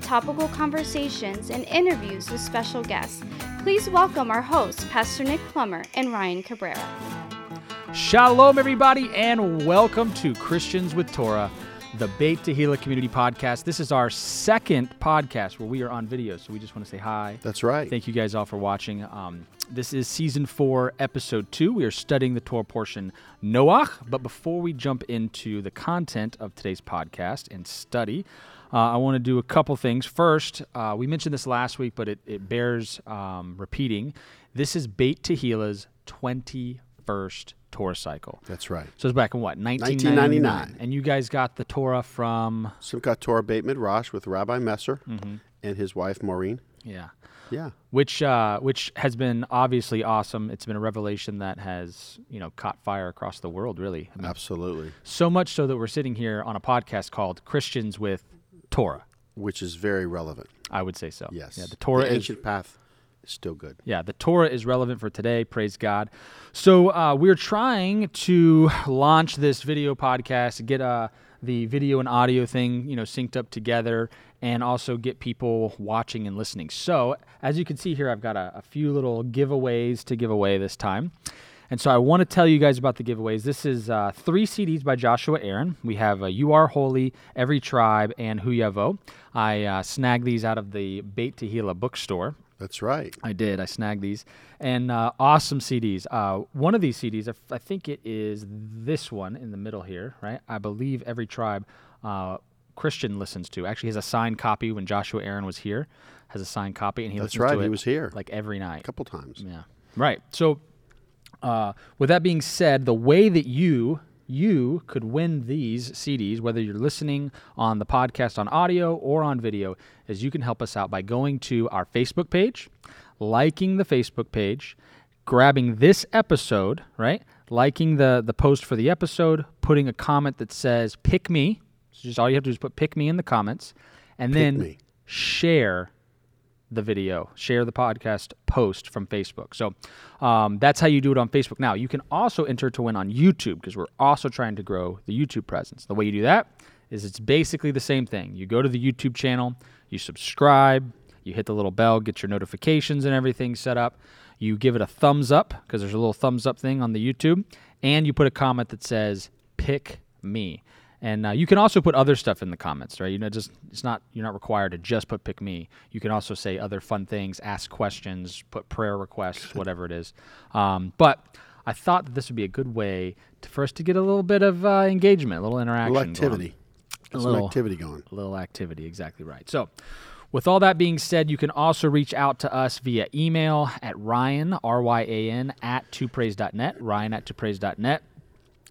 topical conversations, and interviews with special guests. Please welcome our hosts, Pastor Nick Plummer and Ryan Cabrera. Shalom, everybody, and welcome to Christians with Torah, the Beit Tehillah Community Podcast. This is our second podcast where we are on video, so we just want to say hi. That's right. Thank you guys all for watching. Um, this is season four, episode two. We are studying the Torah portion Noach. But before we jump into the content of today's podcast and study, uh, I want to do a couple things. First, uh, we mentioned this last week, but it, it bears um, repeating. This is Beit Tehillah's 21st Torah cycle. That's right. So it's back in what, 1999? 1999. And you guys got the Torah from, Simchat Torah Beit Midrash with Rabbi Messer Mm-hmm. and his wife Maureen. yeah. Yeah, which uh, which has been obviously awesome. It's been a revelation that has you know caught fire across the world, really. I mean, absolutely. so much so that we're sitting here on a podcast called Christians with Torah. Which is very relevant. I would say so. Yes. Yeah, the Torah the is ancient path is still good. yeah the Torah is relevant for today. Praise God. So uh, we're trying to launch this video podcast, get uh, the video and audio thing you know synced up together, and also get people watching and listening. So as you can see here, I've got a, a few little giveaways to give away this time. And so I want to tell you guys about the giveaways. This is uh, three CDs by Joshua Aaron. We have uh, You Are Holy, Every Tribe, and Hu Yavo. I uh, snagged these out of the Beit Tehillah bookstore. That's right. I did. I snagged these and uh, awesome CDs. Uh, one of these CDs, I, f- I think it is this one in the middle here, right? I believe every tribe uh, Christian listens to actually has a signed copy when Joshua Aaron was here, has a signed copy, and he That's listens right. to it He was here like every night. a couple times. Yeah. Right. So, uh, with that being said, the way that you you could win these CDs, whether you're listening on the podcast on audio or on video, is you can help us out by going to our Facebook page, liking the Facebook page, grabbing this episode, right? Liking the the post for the episode, putting a comment that says "pick me." So just all you have to do is put "pick me" in the comments, and then me. share the video, share the podcast post from Facebook. So um, that's how you do it on Facebook. Now, you can also enter to win on YouTube because we're also trying to grow the YouTube presence. The way you do that is it's basically the same thing. You go to the YouTube channel, you subscribe, you hit the little bell, get your notifications and everything set up. You give it a thumbs up because there's a little thumbs up thing on the YouTube, and you put a comment that says, pick me. And uh, you can also put other stuff in the comments, right? You know, just it's not you're not required to just put pick me. You can also say other fun things, ask questions, put prayer requests, whatever it is. Um, but I thought that this would be a good way to, for us to get a little bit of uh, engagement, a little A interaction, little going. activity. Get some little- activity going. A little activity, exactly right. So, with all that being said, you can also reach out to us via email at Ryan, R Y A N, at twopraise.net, Ryan at twopraise.net.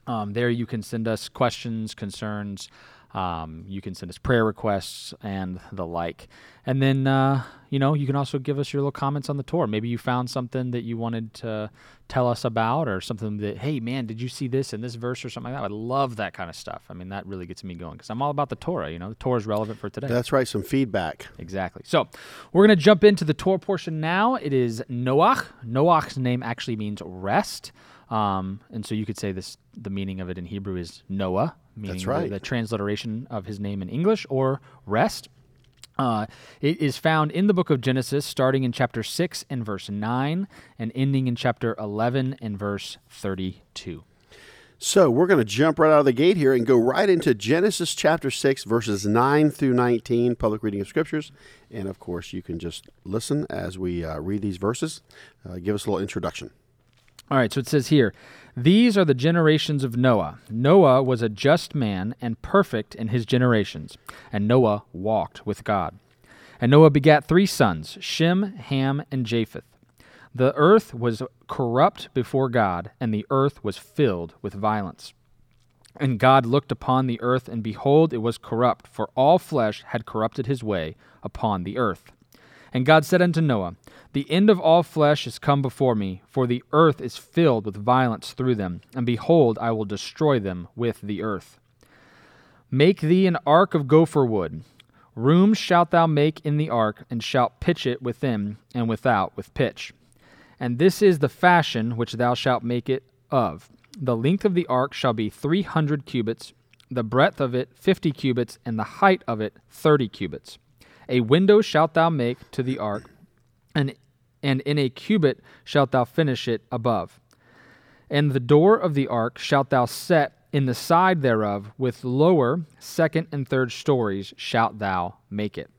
Um, there you can send us questions, concerns. Um, you can send us prayer requests and the like. And then, uh, you know, you can also give us your little comments on the tour. Maybe you found something that you wanted to tell us about or something that, hey, man, did you see this in this verse or something like that? I love that kind of stuff. I mean, that really gets me going because I'm all about the Torah. You know, the Torah is relevant for today. That's right. Some feedback. Exactly. So we're going to jump into the Torah portion now. It is Noach. Noach's name actually means rest. Um, and so you could say this the meaning of it in Hebrew is Noah, meaning That's the- right. the transliteration of his name in English, or rest. Uh, it is found in the book of Genesis, starting in chapter 6 and verse 9, and ending in chapter 11 and verse 32. So we're going to jump right out of the gate here and go right into Genesis chapter 6, verses 9 through 19, public reading of scriptures. And of course, you can just listen as we uh, read these verses. Uh, give us a little introduction. All right, so it says here, These are the generations of Noah. Noah was a just man and perfect in his generations, and Noah walked with God. And Noah begat three sons Shem, Ham, and Japheth. The earth was corrupt before God, and the earth was filled with violence. And God looked upon the earth, and behold, it was corrupt, for all flesh had corrupted his way upon the earth. And God said unto Noah, The end of all flesh is come before me, for the earth is filled with violence through them, and behold, I will destroy them with the earth. Make thee an ark of gopher wood. Room shalt thou make in the ark, and shalt pitch it within and without with pitch. And this is the fashion which thou shalt make it of. The length of the ark shall be three hundred cubits, the breadth of it fifty cubits, and the height of it thirty cubits. A window shalt thou make to the ark, and and in a cubit shalt thou finish it above. And the door of the ark shalt thou set in the side thereof, with lower, second, and third stories shalt thou make it.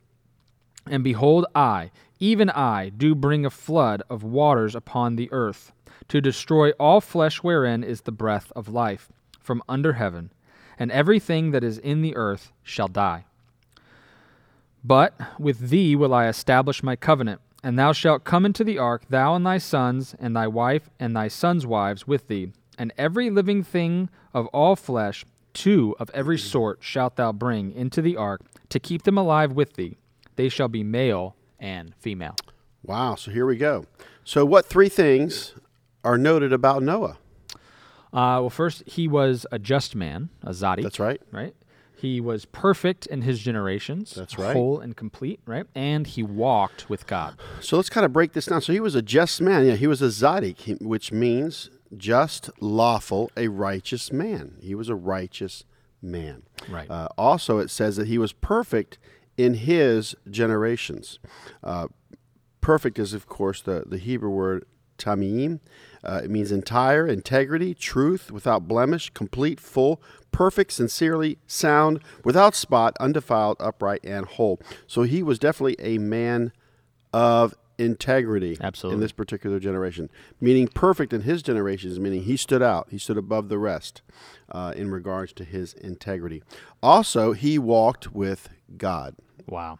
And behold, I, even I, do bring a flood of waters upon the earth, to destroy all flesh wherein is the breath of life, from under heaven, and everything that is in the earth shall die. But with thee will I establish my covenant, and thou shalt come into the ark, thou and thy sons, and thy wife, and thy sons' wives with thee, and every living thing of all flesh, two of every sort shalt thou bring into the ark, to keep them alive with thee. They shall be male and female. Wow. So here we go. So, what three things are noted about Noah? Uh, well, first, he was a just man, a zadi. That's right. right? He was perfect in his generations. That's right. Whole and complete, right? And he walked with God. So let's kind of break this down. So he was a just man. Yeah, he was a zaddik, he- which means just, lawful, a righteous man. He was a righteous man. Right. Uh, also, it says that he was perfect in his generations. Uh, perfect is, of course, the, the Hebrew word tamim. Uh, it means entire, integrity, truth, without blemish, complete, full, perfect, sincerely, sound, without spot, undefiled, upright, and whole. So he was definitely a man of integrity in Absolutely. this particular generation, meaning perfect in his generations, meaning he stood out, he stood above the rest uh, in regards to his integrity. Also, he walked with God. Wow.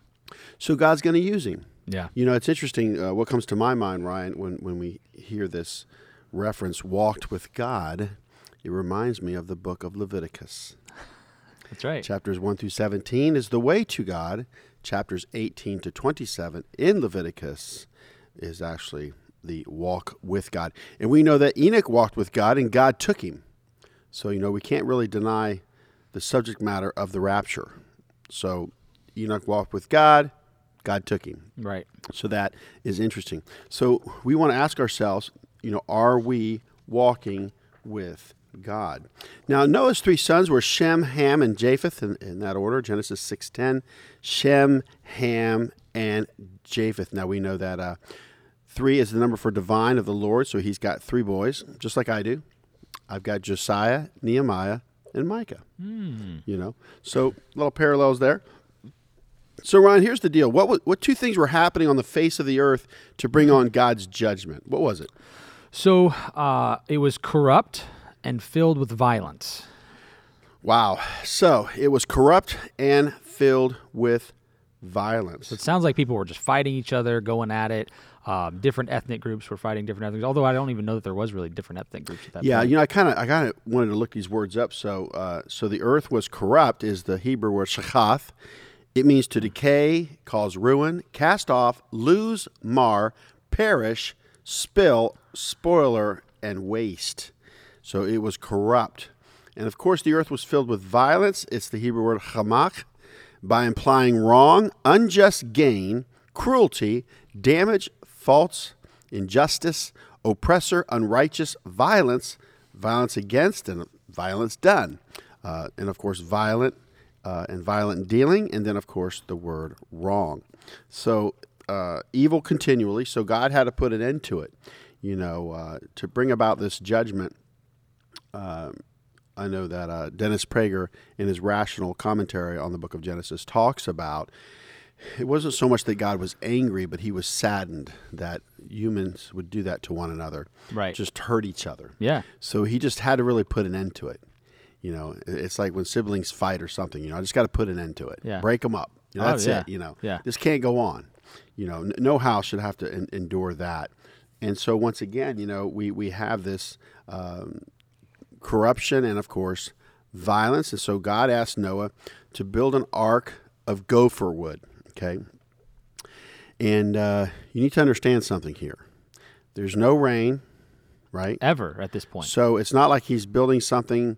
So God's going to use him. Yeah. You know, it's interesting uh, what comes to my mind, Ryan, when, when we hear this reference, walked with God, it reminds me of the book of Leviticus. That's right. Chapters 1 through 17 is the way to God. Chapters 18 to 27 in Leviticus is actually the walk with God. And we know that Enoch walked with God and God took him. So, you know, we can't really deny the subject matter of the rapture. So, Enoch walked with God, God took him. Right. So that is interesting. So we want to ask ourselves, you know, are we walking with God? Now Noah's three sons were Shem, Ham, and Japheth in, in that order, Genesis six ten. Shem, Ham, and Japheth. Now we know that uh, three is the number for divine of the Lord, so he's got three boys, just like I do. I've got Josiah, Nehemiah, and Micah. You know, so little parallels there. So Ryan, here's the deal. What wa- what two things were happening on the face of the earth to bring on God's judgment? What was it? So uh, it was corrupt and filled with violence. Wow. So it was corrupt and filled with violence. It sounds like people were just fighting each other, going at it. Um, different ethnic groups were fighting different ethnic. Although I don't even know that there was really different ethnic groups at that Yeah, point. you know, I kind of I kind of wanted to look these words up. So uh, so the earth was corrupt is the Hebrew word shachath. It means to decay, cause ruin, cast off, lose, mar, perish, spill, spoiler, and waste. So it was corrupt. And of course, the earth was filled with violence. It's the Hebrew word hamak, by implying wrong, unjust gain, cruelty, damage, faults, injustice, oppressor, unrighteous, violence, violence against, and violence done. Uh, and of course, violent uh, and violent dealing. And then, of course, the word wrong. So, uh, evil continually. So, God had to put an end to it, you know, uh, to bring about this judgment. I know that uh, Dennis Prager, in his rational commentary on the book of Genesis, talks about it wasn't so much that God was angry, but he was saddened that humans would do that to one another, Right. Just hurt each other. Yeah. So he just had to really put an end to it. You know, i- it's like when siblings fight or something. You know, I just got to put an end to it. Yeah. Break them up. You know, Oh, that's yeah. it. You know, Yeah. this can't go on. You know, n- no house should have to en- endure that. And so once again, you know, we we have this um, corruption and of course violence and so god asked noah to build an ark of gopher wood okay And uh, you need to understand something here. There's no rain, right? ever at this point. So it's not like he's building something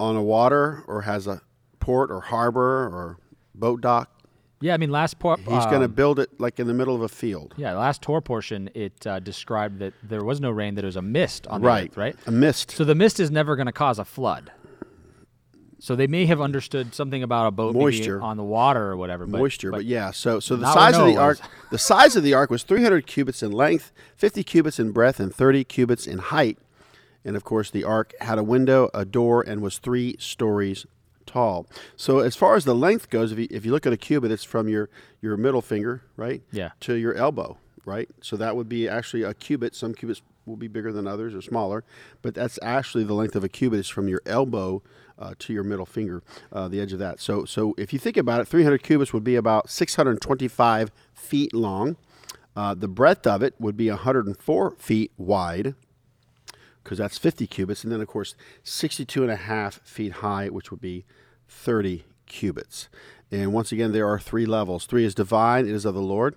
on the water or has a port or harbor or boat dock. Yeah, I mean, last part. He's going to build it like in the middle of a field. Yeah, last tour portion, it uh, described that there was no rain, that it was a mist on the Right. earth, right? A mist. So the mist is never going to cause a flood. So they may have understood something about a boat maybe Moisture. on the water or whatever. But, moisture, but, yeah. So so the Now we size know of it the ark the size of the ark was 300 cubits in length, 50 cubits in breadth, and 30 cubits in height. And of course, the ark had a window, a door, and was three stories tall. So as far as the length goes, if you, if you look at a cubit, it's from your your middle finger, right? Yeah. To your elbow, right? So that would be actually a cubit. Some cubits will be bigger than others or smaller, but that's actually the length of a cubit is from your elbow uh, to your middle finger, uh, the edge of that. So, so if you think about it, 300 cubits would be about 625 feet long. Uh, the breadth of it would be 104 feet wide because that's 50 cubits. And then, of course, 62 and a half feet high, which would be 30 cubits. And once again, there are three levels. Three is divine, it is of the Lord.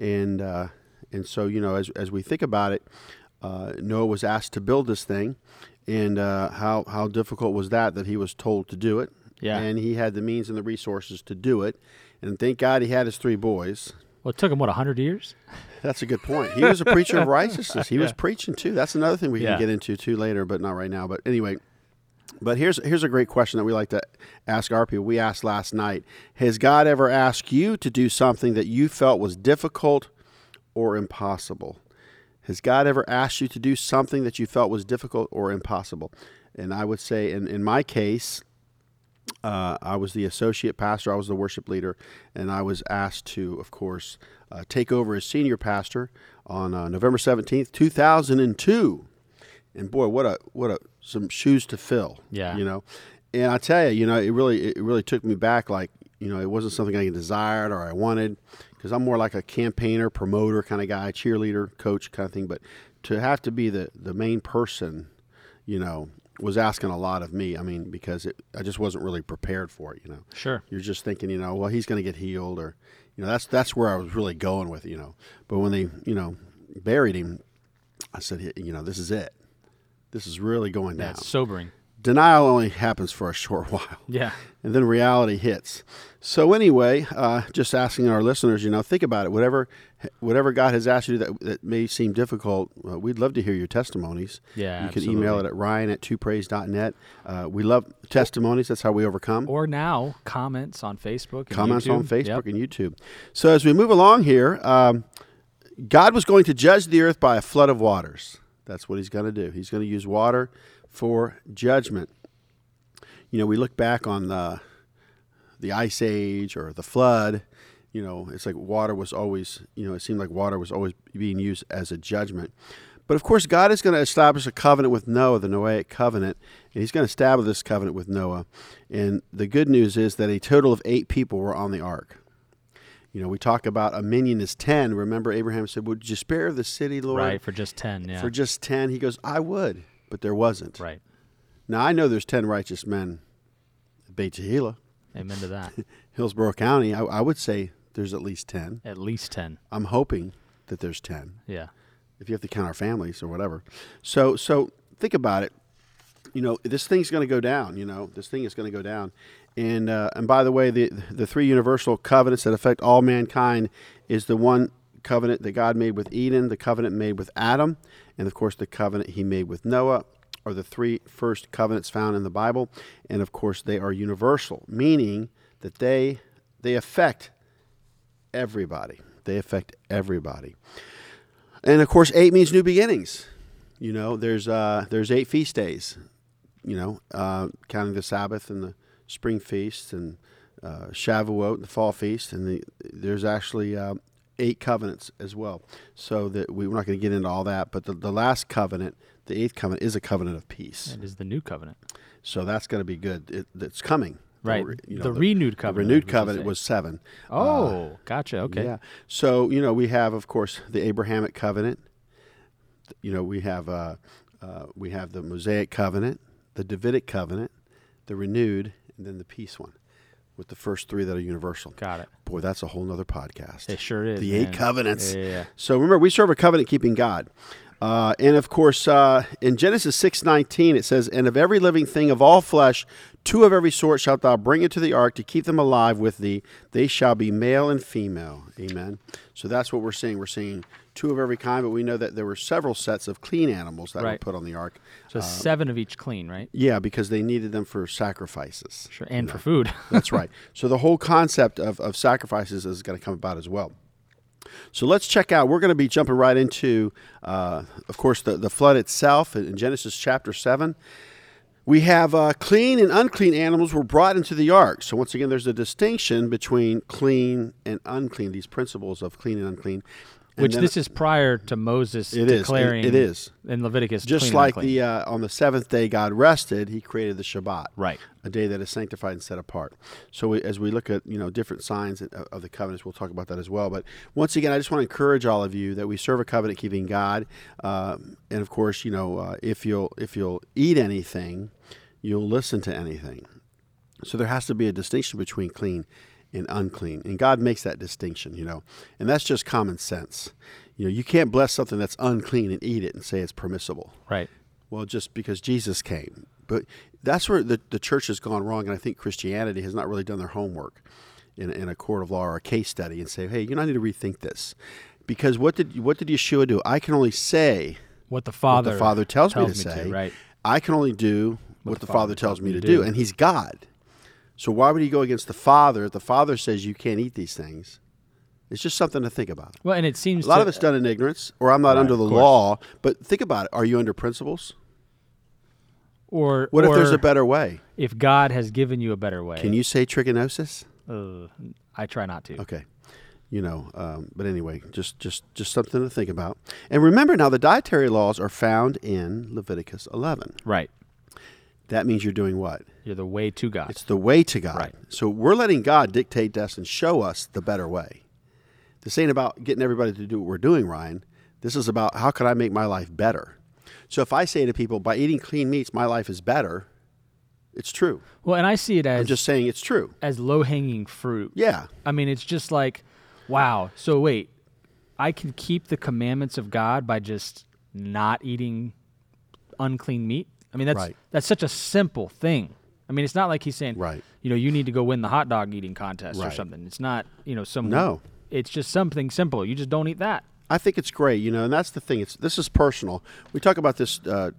And, uh, and so, you know, as, as we think about it, uh, Noah was asked to build this thing. And uh, how, how difficult was that that he was told to do it? Yeah. And he had the means and the resources to do it. And thank God he had his three boys. Well, it took them, what, 100 years? That's a good point. He was a preacher of righteousness. He was preaching too. That's another thing we Yeah. can get into too later, but not right now. But anyway, but here's here's a great question that we like to ask our people. We asked last night: Has God ever asked you to do something that you felt was difficult or impossible? Has God ever asked you to do something that you felt was difficult or impossible? And I would say, in, in my case, uh, I was the associate pastor, I was the worship leader, and I was asked to, of course, uh, take over as senior pastor on uh, November 17th, 2002. And boy, what a what a some shoes to fill. Yeah. You know. And I tell you, you know, it really it really took me back like, you know, it wasn't something I desired or I wanted because I'm more like a campaigner, promoter kind of guy, cheerleader, coach kind of thing, but to have to be the the main person you know, was asking a lot of me. I mean, because it, I just wasn't really prepared for it. You know, Sure. you're just thinking, you know, well, he's going to get healed, or you know, that's that's where I was really going with, it, you know. But when they, you know, buried him, I said, "Hey, you know, this is it. This is really going down. That's sobering. Denial only happens for a short while Yeah. and then reality hits. So anyway, uh, just asking our listeners, you know, think about it. Whatever, whatever God has asked you that, that may seem difficult, uh, we'd love to hear your testimonies. Yeah, you can email it at Ryan at twopraise.net. Uh, we love testimonies. That's how we overcome. Or now, comments on Facebook. and Comments on YouTube. Yep. Facebook and YouTube. So as we move along here, um, God was going to judge the earth by a flood of waters. That's what He's going to do. He's going to use water for judgment. You know, we look back on uh, the the ice age or the flood you know it's like water was always you know it seemed like water was always being used as a judgment but of course god is going to establish a covenant with noah the noahic covenant and he's going to establish this covenant with noah and the good news is that a total of eight people were on the ark you know we talk about a minion is ten remember abraham said would you spare the city lord Right, for just 10. Yeah. for just ten he goes i would but there wasn't right. now i know there's ten righteous men at beit Tehillah. Amen to that. Hillsborough County, I, I would say there's at least 10. At least 10. I'm hoping that there's 10 Yeah. if you have to count our families or whatever. So, so think about it. You know, this thing's going to go down. You know, this thing is going to go down. And uh, and by the way, the the three universal covenants that affect all mankind is the one covenant that God made with Eden, the covenant made with Adam, and of course the covenant He made with Noah. Are the three first covenants found in the Bible, and of course they are universal, meaning that they they affect everybody. They affect everybody. And of course, eight means new beginnings. You know, there's uh, there's eight feast days. You know, uh, counting the Sabbath and the spring feast and uh, Shavuot, the fall feast, and the, there's actually uh, eight covenants as well. So that we, we're not going to get into all that, but the, the last covenant, the eighth covenant, is a covenant of peace. It is the new covenant. So that's going to be good. It, it's coming. Right. The re- you know, The renewed The covenant, renewed we should covenant say. was seven. Oh, gotcha. Okay. Yeah. So you know we have, of course, the Abrahamic covenant. You know we have uh, uh, we have the Mosaic covenant, the Davidic covenant, the renewed, and then the peace one. with the first three that are universal. Got it. Boy, that's a whole nother podcast. It sure is. the man. eight covenants. Yeah, yeah, yeah. So remember, we serve a covenant keeping God. Uh, and of course, uh, in Genesis six nineteen, it says, "And of every living thing of all flesh, two of every sort shalt thou bring into the ark to keep them alive with thee. They shall be male and female." Amen. So that's what we're seeing. We're seeing two of every kind, but we know that there were several sets of clean animals that were Right. put on the ark. So seven of each clean, right? Yeah, because they needed them for sacrifices. Sure. And for food. That's right. So the whole concept of, of sacrifices is going to come about as well. So let's check out. We're going to be jumping right into, uh, of course, the, the flood itself in Genesis chapter 7. We have uh, clean and unclean animals were brought into the ark. So once again, there's a distinction between clean and unclean, these principles of clean and unclean. And Which then- this is prior to Moses It is. It- declaring it is. in Leviticus just clean and like unclean. the uh, on the seventh day God rested, He created the Shabbat, Right. A day that is sanctified and set apart. So we, as we look at you know different signs of of the covenants, we'll talk about that as well. But once again, I just want to encourage all of you that we serve a covenant keeping God, um, and of course, you know uh, if you'll if you'll eat anything, you'll listen to anything. So there has to be a distinction between clean and unclean. And God makes that distinction, you know. And that's just common sense. You know, you can't bless something that's unclean and eat it and say it's permissible. right. Well, just because Jesus came. But that's where the, the church has gone wrong. And I think Christianity has not really done their homework in, in a court of law or a case study and say, hey, you know, I need to rethink this. Because what did, what did Yeshua do? I can only say What the what Father the Father tells, me to tells say. right. I can only do what, the, Father, tells me to do. and He's God. So why would He go against the Father if the Father says you can't eat these things? It's just something to think about. Well, and it seems A lot to, of it's done in ignorance, or I'm not under the law. But think about it: Are you under principles? or What if there's or a better way? if God has given you a better way? Can you say trigonosis? Ugh, I try not to. Okay, you know. Um, but anyway, just just just something to think about. And remember, now the dietary laws are found in Leviticus 11. Right. That means you're doing what? You're the way to God. It's the way to God. Right. So we're letting God dictate to us and show us the better way. This ain't about getting everybody to do what we're doing, Ryan. This is about how can I make my life better. So if I say to people, by eating clean meats, my life is better, it's true. well, and I see it I'm as just saying it's true. as low hanging fruit. Yeah. I mean, it's just like, wow. So wait, I can keep the commandments of God by just not eating unclean meat. I mean, that's Right. that's such a simple thing. I mean, it's not like he's saying, Right. You know, you need to go win the hot dog eating contest or Right. something. It's not, you know, some No. It's just something simple. You just don't eat that. I think it's great, you know, and that's the thing. It's this is personal. We talk about this, uh,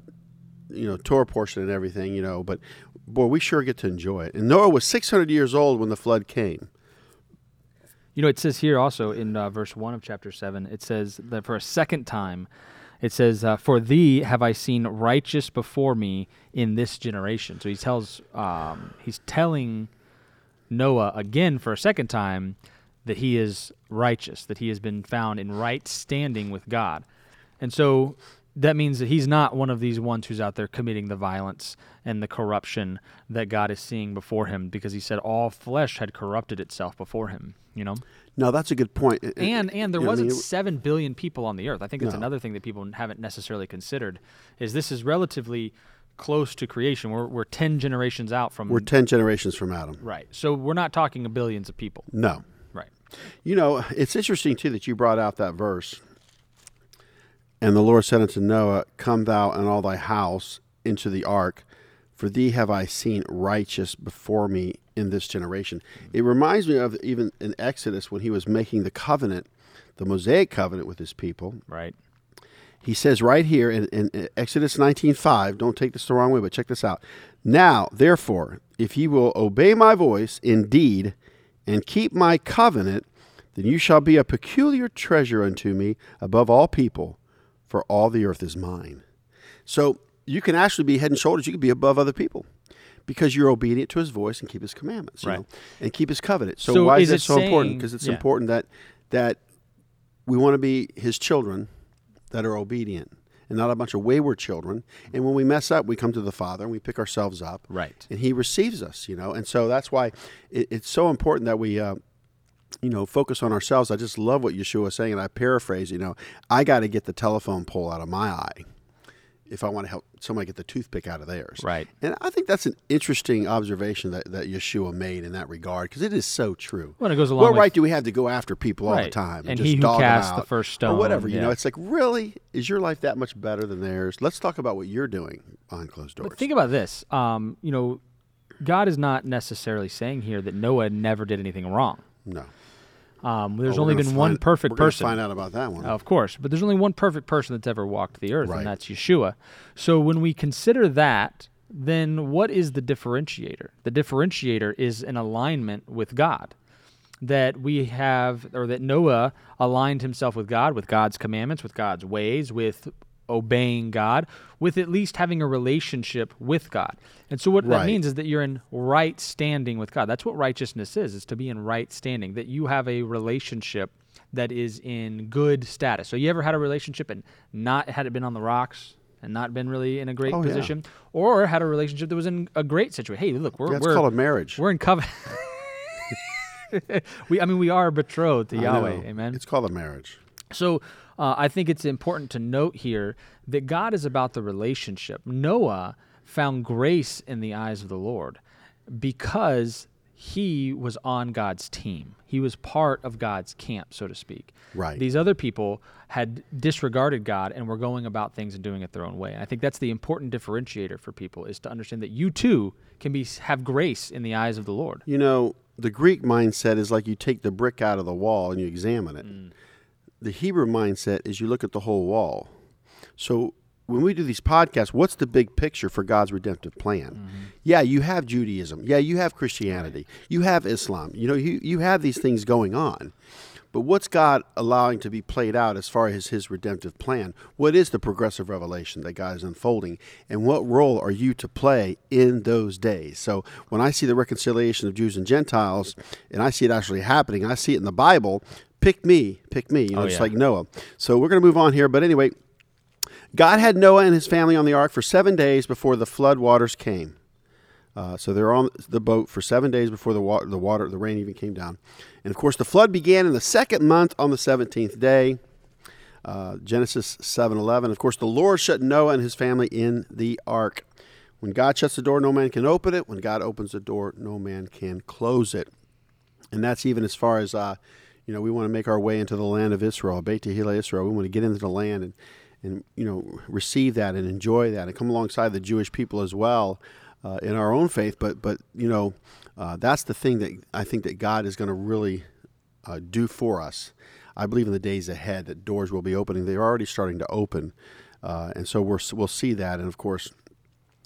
you know, Torah portion and everything, you know, but boy, we sure get to enjoy it. And Noah was 600 years old when the flood came. You know, it says here also in uh, verse 1 of chapter 7, it says that for a second time, it says, uh, For thee have I seen righteous before me in this generation. So he tells, um, he's telling Noah again for a second time that he is righteous, that he has been found in right standing with God. And so that means that he's not one of these ones who's out there committing the violence and the corruption that God is seeing before him because he said all flesh had corrupted itself before him, you know? No, that's a good point. and and there you know, I mean, wasn't it- seven billion people on the earth. I think that's No. another thing that people haven't necessarily considered is this is relatively close to creation. We're we're ten generations out from We're 10 generations from Adam. right, so we're not talking of billions of people. No. Right, You know, it's interesting, too, that you brought out that verse. And the Lord said unto Noah, Come thou and all thy house into the ark, for thee have I seen righteous before me in this generation. It reminds me of even in Exodus when he was making the covenant, the Mosaic covenant with his people. right, He says right here in, in Exodus 19:5, don't take this the wrong way, but check this out. Now, therefore, if ye will obey my voice indeed and keep my covenant, then you shall be a peculiar treasure unto me above all people, for all the earth is mine. So, you can actually be head and shoulders, you can be above other people because you're obedient to his voice and keep his commandments, you Right. know, and keep his covenant. So, So why is is, that it so important? saying- Because it's yeah. important that that we want to be his children that are obedient and not a bunch of wayward children. And when we mess up, we come to the Father and we pick ourselves up. Right. And he receives us, you know. And so that's why it, it's so important that we, uh, you know, focus on ourselves. I just love what Yeshua is saying. And I paraphrase, you know, I got to get the telephone pole out of my eye if I want to help somebody get the toothpick out of theirs. Right. And I think that's an interesting observation that, that Yeshua made in that regard because it is so true. Well, it goes along What with- right do we have to go after people all the Right. time And just he who dog 'em cast the out first or whatever? stone, You yeah. know, it's like really is your life that much better than theirs? Let's talk about what you're doing behind closed doors. Think about this. Um, you know, God is not necessarily saying here that Noah never did anything wrong. no, Oh, Um, there's We're only gonna been one find- perfect we're gonna person. Oh, Find out about that one. Of course, but there's only one perfect person that's ever walked the earth, Right. and that's Yeshua. So when we consider that, then what is the differentiator? The differentiator is an alignment with God. That we have, or that Noah aligned himself with God, with God's commandments, with God's ways, with obeying God, with at least having a relationship with God. And so what that Right. means is that you're in right standing with God. That's what righteousness is, is to be in right standing, that you have a relationship that is in good status. So you ever had a relationship and not had it been on the rocks and not been really in a great Oh, yeah. position or had a relationship that was in a great situation. Hey, look, we're That's we're, called a marriage. we're in covenant. we I mean we are betrothed to I Yahweh. know. Amen. It's called a marriage. So uh, I think it's important to note here that God is about the relationship. Noah found grace in the eyes of the Lord because he was on God's team. He was part of God's camp, so to speak. Right. These other people had disregarded God and were going about things and doing it their own way. And I think that's the important differentiator for people is to understand that you too can be have grace in the eyes of the Lord. You know, the Greek mindset is like you take the brick out of the wall and you examine it. Mm. The Hebrew mindset is you look at the whole wall. So when we do these podcasts, what's the big picture for God's redemptive plan? Mm-hmm. Yeah, you have Judaism. Yeah, you have Christianity. You have Islam. You know, you, you have these things going on. But what's God allowing to be played out as far as his redemptive plan? What is the progressive revelation that God is unfolding? And what role are you to play in those days? So when I see the reconciliation of Jews and Gentiles and I see it actually happening, I see it in the Bible, pick me, pick me, you know, Oh, just yeah. like Noah. So we're going to move on here. But anyway, God had Noah and his family on the ark for seven days before the flood waters came. Uh, so they're on the boat for seven days before the water, the water, the rain even came down, and of course the flood began in the second month on the seventeenth day. Uh, Genesis seven eleven. Of course, the Lord shut Noah and his family in the ark. When God shuts the door, no man can open it. When God opens the door, no man can close it. And that's even as far as, uh, you know, we want to make our way into the land of Israel, Beit Tehillah Israel. We want to get into the land and, and you know, receive that and enjoy that and come alongside the Jewish people as well uh, in our own faith. But, but you know, uh, that's the thing that I think that God is going to really uh, do for us. I believe in the days ahead that doors will be opening. They're already starting to open. Uh, and so we're, we'll see that. And of course,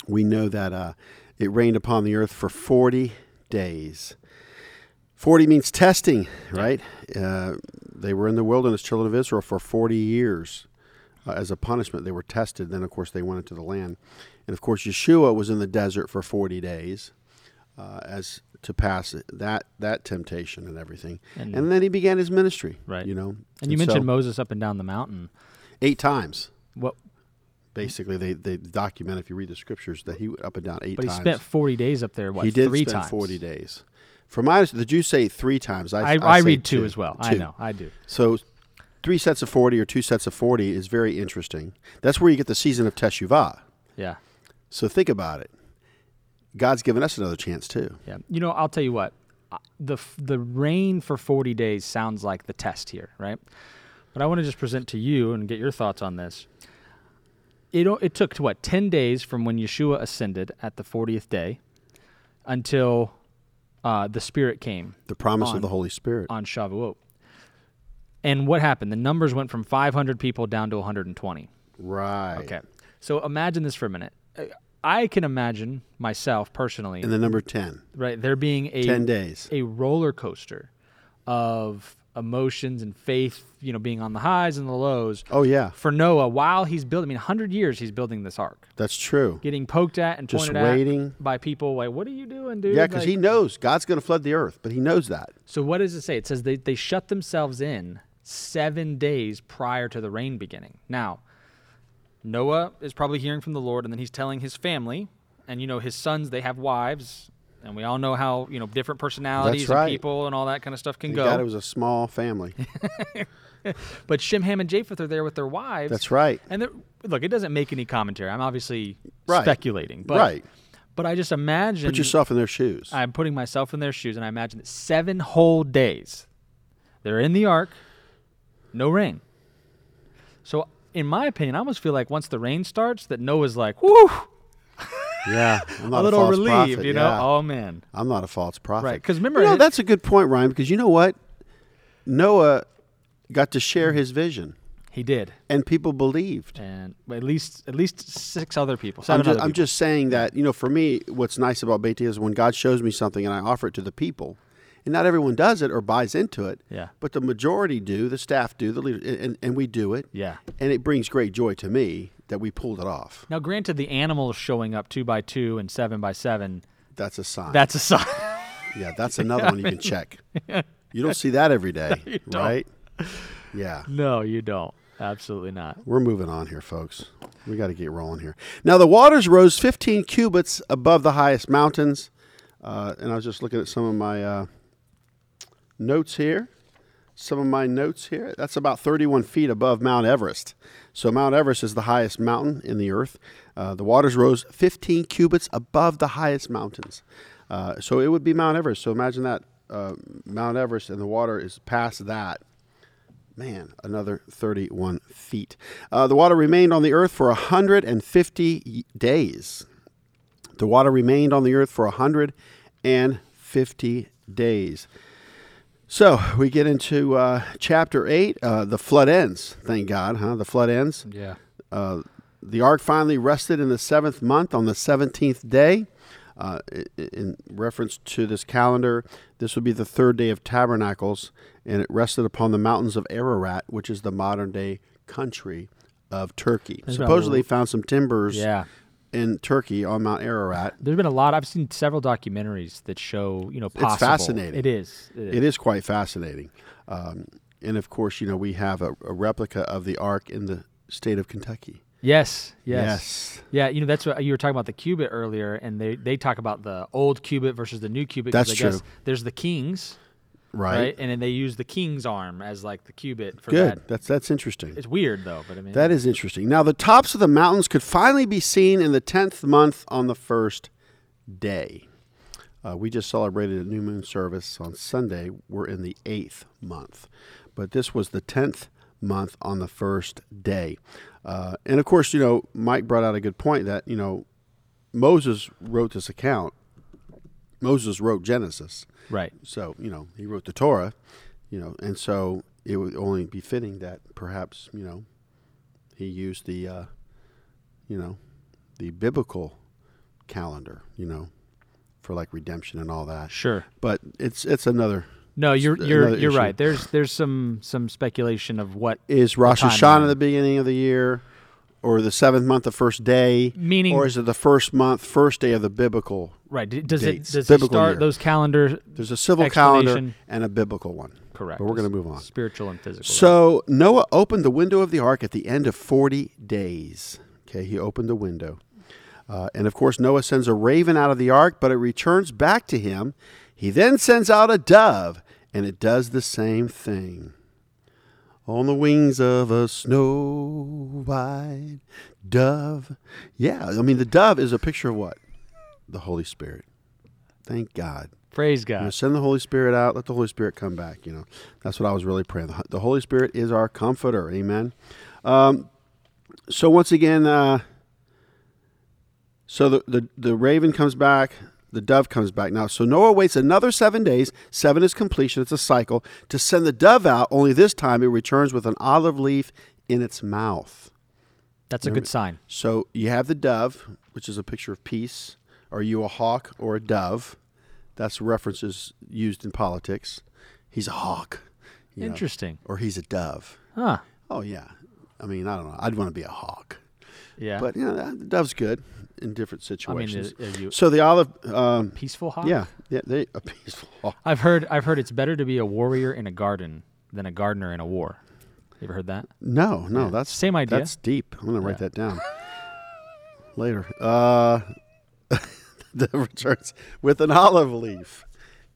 we know that uh, it rained upon the earth for 40 days. 40 means testing, right? Uh, they were in the wilderness, children of Israel, for 40 years. Uh, as a punishment, they were tested. Then, of course, they went into the land. And, of course, Yeshua was in the desert for 40 days uh, as to pass that, that temptation and everything. And, then he began his ministry, Right. you know. And you so- mentioned Moses up and down the mountain. eight times. What Basically, they, they document, if you read the scriptures, that he went up and down eight but he times. spent 40 days up there what he did three spend times. 40 days. From my the Jews say three times. I, I, I I say read two, as well. I Two. know. I do. So three sets of 40 or two sets of 40 is very interesting. That's where you get the season of Teshuvah. Yeah. So think about it. God's given us another chance too. Yeah. You know, I'll tell you what. I- The f- the rain for 40 days sounds like the test here, right? But I want to just present to you and get your thoughts on this. It o- it took what 10 days from when Yeshua ascended at the 40th day until uh, the Spirit came The promise On. of the Holy Spirit. on Shavuot. And what happened? The numbers went from 500 people down to 120. Right. Okay. So imagine this for a minute. Uh, I can imagine myself personally, And the number 10. right? There being a 10 days. a roller coaster of emotions and faith, you know, being on the highs and the lows. Oh, yeah. For Noah, while he's building, I mean, 100 years he's building this ark, That's true. getting poked at and Just pointed waiting. at by people like, "What are you doing, dude?" Yeah, because Like- he knows God's going to flood the earth, but he knows that. So what does it say? It says they, they shut themselves in seven days prior to the rain beginning. Now, Noah is probably hearing from the Lord, and then he's telling his family, and you know his sons they have wives, and we all know how you know different personalities right. and people and all that kind of stuff can Thank go. God it was a small family. but Shem, Ham, and Japheth are there with their wives. That's right. And they're- look, it doesn't make any commentary. I'm obviously Right. speculating, but right. but I just imagine Put yourself in their shoes. I'm putting myself in their shoes, and I imagine that seven whole days they're in the ark, no rain. So, in my opinion, I almost feel like once the rain starts, that Noah's like, "Woo!" yeah, I'm not a little false relieved, prophet, you know? yeah. Oh man, I'm not a false prophet. Right, 'cause remember you know, his- that's a good point, Ryan. Because you know what, Noah got to share his vision, he did, and people believed. and at least at least six other people. I'm Seven just, other I'm people. just saying that you know, for me, what's nice about Beit is when God shows me something and I offer it to the people, and not everyone does it or buys into it. Yeah. But the majority do. The staff do. The leaders, and, and we do it. yeah. And it brings great joy to me that we pulled it off. Now, granted, the animals showing up two by two and seven by seven. That's a sign. That's a sign. yeah, that's another one you can check. You don't see that every day, right? Yeah. no, you don't. Absolutely not. We're moving on here, folks. We got to get rolling here. Now, the waters rose 15 cubits above the highest mountains. Uh, and I was just looking at some of my uh, notes here. Some of my notes here. That's about 31 feet above Mount Everest. So, Mount Everest is the highest mountain in the earth. Uh, the waters rose 15 cubits above the highest mountains. Uh, so, it would be Mount Everest. So, imagine that uh, Mount Everest and the water is past that. Man, another 31 feet. Uh, the water remained on the earth for 150 y- days. The water remained on the earth for 150 days. So we get into uh, chapter 8. Uh, the flood ends. Thank God, huh? The flood ends. Yeah. Uh, the ark finally rested in the seventh month on the 17th day. Uh, i- i- in reference to this calendar, this would be the third day of tabernacles, and it rested upon the mountains of Ararat, which is the modern day country of Turkey. about Supposedly found some timbers Yeah. in Turkey on Mount Ararat. There's been a lot. I've seen several documentaries that show, you know, possible. fascinating. It is. It is. It is quite fascinating. Um, and of course, you know, we have a, a replica of the ark in the state of Kentucky. Yes, yes. Yeah, you know, that's what you were talking about the cubit earlier, and they, they talk about the old cubit versus the new cubit. 'cause That's I guess true. There's the king's, right? Right. And then they use the king's arm as like the cubit for Good. that. That's that's interesting. It's weird, though, but I mean, That is interesting. Now, the tops of the mountains could finally be seen in the 10th month on the first day. Uh, we just celebrated a new moon service on Sunday. We're in the 8th month. But this was the 10th month on the first day. Uh, and of course, you know, Mike brought out a good point that, you know, Moses wrote this account. Moses wrote Genesis. right. So, you know, he wrote the Torah, you know, and so it would only be fitting that perhaps, you know, he used the, uh, you know, the biblical calendar, you know, for like redemption and all that. Sure. But it's it's another No, you're It's you're another you're issue. right. There's there's some some speculation of what is Rosh The Hashanah timeline. the beginning of the year, or the seventh month, the first day, Meaning- or is it the first month, first day of the biblical? right d- does Dates. it does it Biblical start year. those calendar There's a civil calendar Explanation. and a biblical one. correct? But we're going it's to move on. Spiritual and physical. So Noah opened the window of the ark at the end of 40 days. Okay, he opened the window. Uh, and of course, Noah sends a raven out of the ark, but it returns back to him. He then sends out a dove, and it does the same thing. On the wings of a snow white dove. Yeah, I mean, the dove is a picture of what? The Holy Spirit. Thank God. praise You know, God. send the Holy Spirit out. Let the Holy Spirit come back. You know, that's what I was really praying. The- The Holy Spirit is our comforter. Amen. Um, so once again, uh, so the, the the raven comes back. The dove comes back now. So Noah waits another seven days. Seven is completion. It's a cycle to send the dove out. Only this time it returns with an olive leaf in its mouth. That's a good sign. So you have the dove, which is a picture of peace. Are you a hawk or a dove? That's references used in politics. He's a hawk. you know, Interesting. or he's a dove. Huh? Oh, yeah. I mean, I don't know. I'd want to be a hawk. Yeah. But, you know, that- the dove's good in different I mean, situations. is- are you so the olive, um, peaceful hawk? yeah, yeah, they, a peaceful hawk. I've heard I've heard it's better to be a warrior in a garden than a gardener in a war. You ever heard that? No, no, that's Same idea. That's deep. I'm gonna write that down later. Uh, the returns with an olive leaf,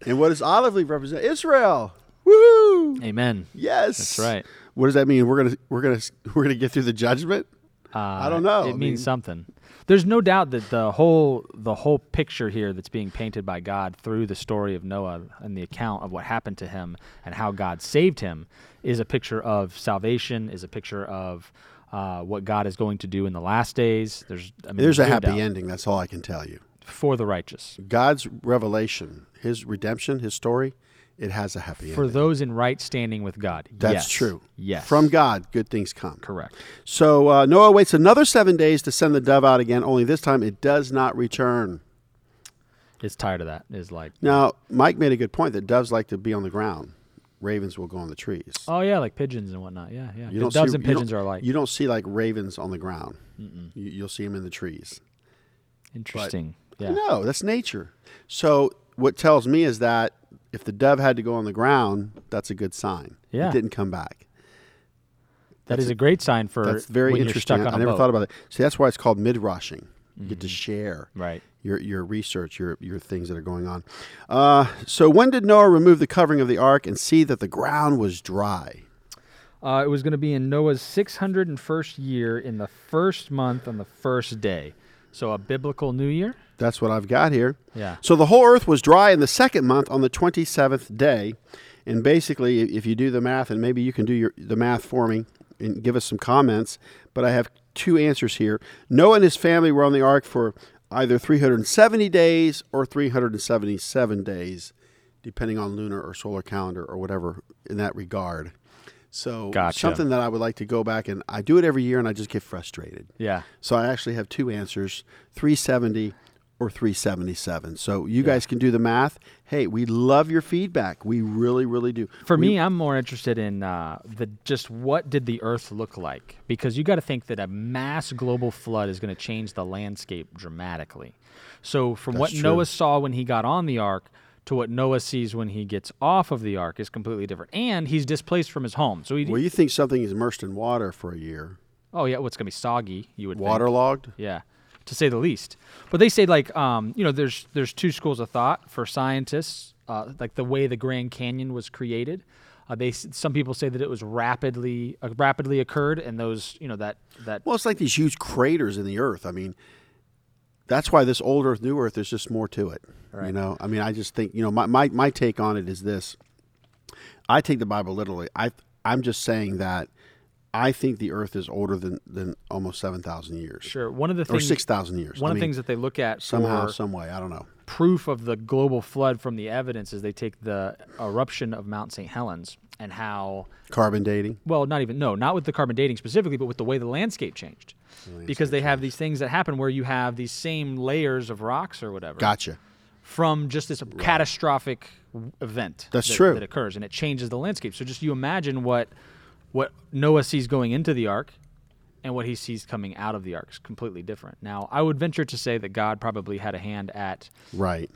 and what does olive leaf represent? Israel. Woo! Amen. Yes, That's right. What does that mean? We're gonna we're gonna we're gonna get through the judgment. I don't know. Uh, It I means mean- something. There's no doubt that the whole the whole picture here that's being painted by God through the story of Noah and the account of what happened to him and how God saved him is a picture of salvation. Is a picture of uh, what God is going to do in the last days. There's I mean, There's a no happy doubt. ending. That's all I can tell you. for the righteous. God's revelation, His redemption, His story, it has a happy For ending. those in right standing with God. That's Yes. true. Yes. From God, good things come. Correct. So uh, Noah waits another seven days to send the dove out again. Only this time, it does not return. It's tired of that. Is like, Now, Mike made a good point that doves like to be on the ground. Ravens will go on the trees. oh yeah, like pigeons and whatnot. Yeah, yeah. You The don't doves see- and you don't- pigeons are like You don't see like ravens on the ground. You, you'll see them in the trees. interesting. Yeah. No, that's nature. So what tells me is that if the dove had to go on the ground, that's a good sign. Yeah. it didn't come back. That is a great sign for That's very when interesting. You're I stuck on a never boat. Mm-hmm. thought about it. See, that's why it's called midrashing. You get to share Right. your your research, your your things that are going on. Uh, so when did Noah remove the covering of the ark and see that the ground was dry? Uh, it was going to be in Noah's 601st year in the first month on the first day. So a biblical new year? That's what I've got here. Yeah. So the whole earth was dry in the second month on the 27th day. And basically, if you do the math, and maybe you can do your, the math for me and give us some comments, but I have two answers here. Noah and his family were on the ark for either 370 days or 377 days, depending on lunar or solar calendar or whatever in that regard. So, Gotcha. something that I would like to go back and I do it every year and I just get frustrated. Yeah. So I actually have two answers 370 or 377. So you guys can do the math. Hey, we love your feedback. We really, really do. For me, I'm more interested in uh, the just what did the Earth look like? Because you got to think that a mass global flood is going to change the landscape dramatically. So from what Noah saw when he got on the ark to what Noah sees when he gets off of the ark is completely different. And he's displaced from his home. So he Well, you think something is immersed in water for a year, oh yeah, what's going to be soggy? You would think. waterlogged? Yeah, to say the least. But they say like um, you know there's there's two schools of thought for scientists. Uh, like the way the Grand Canyon was created, uh, they s- some people say that it was rapidly uh, rapidly occurred, and those you know that that Well, it's like these huge craters in the earth. I mean, that's why this old earth, new earth, there's just more to it. You know, I mean, I just think, you know, my, my, my take on it is this I take the Bible literally. I, I'm just saying that I think the earth is older than, than almost 7,000 years sure one of the or things 6,000 years. one I of the mean, things that they look at somehow, for some way. I don't know. proof of the global flood from the evidence is they take the eruption of Mount St. Helens and how Carbon dating. well, not even no, not with the carbon dating specifically, but with the way the landscape changed, because they have these things that happen where you have these same layers of rocks or whatever Gotcha. from just this catastrophic w- event. That's that, true. That occurs and it changes the landscape. So just you imagine what what Noah sees going into the ark and what he sees coming out of the ark is completely different. Now, I would venture to say that God probably had a hand at Right.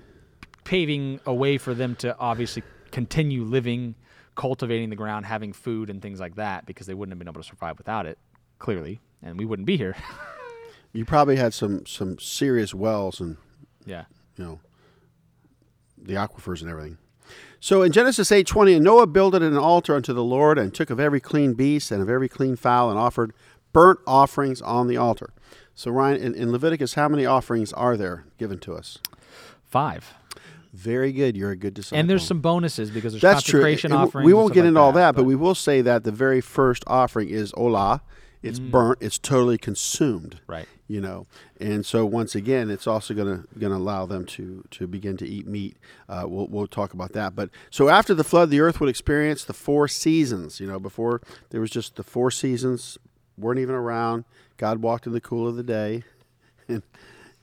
paving a way for them to obviously continue living, cultivating the ground, having food and things like that, because they wouldn't have been able to survive without it, clearly, and we wouldn't be here. You probably had some some serious wells and yeah. you know the aquifers and everything. So in Genesis eight twenty, and Noah builded an altar unto the Lord and took of every clean beast and of every clean fowl and offered burnt offerings on the altar. So Ryan, in, in Leviticus, how many offerings are there given to us? Five. Very good. You're a good disciple. And there's some bonuses because there's That's true. consecration And w- offerings. We and won't stuff get like into all that, but, we will say that the very first offering is olah. It's burnt. It's totally consumed. Right. You know, and so once again, it's also gonna gonna allow them to to begin to eat meat. Uh, we'll we'll talk about that. But so after the flood, the earth would experience the four seasons. You know, before there was just the four seasons weren't even around. God walked in the cool of the day, and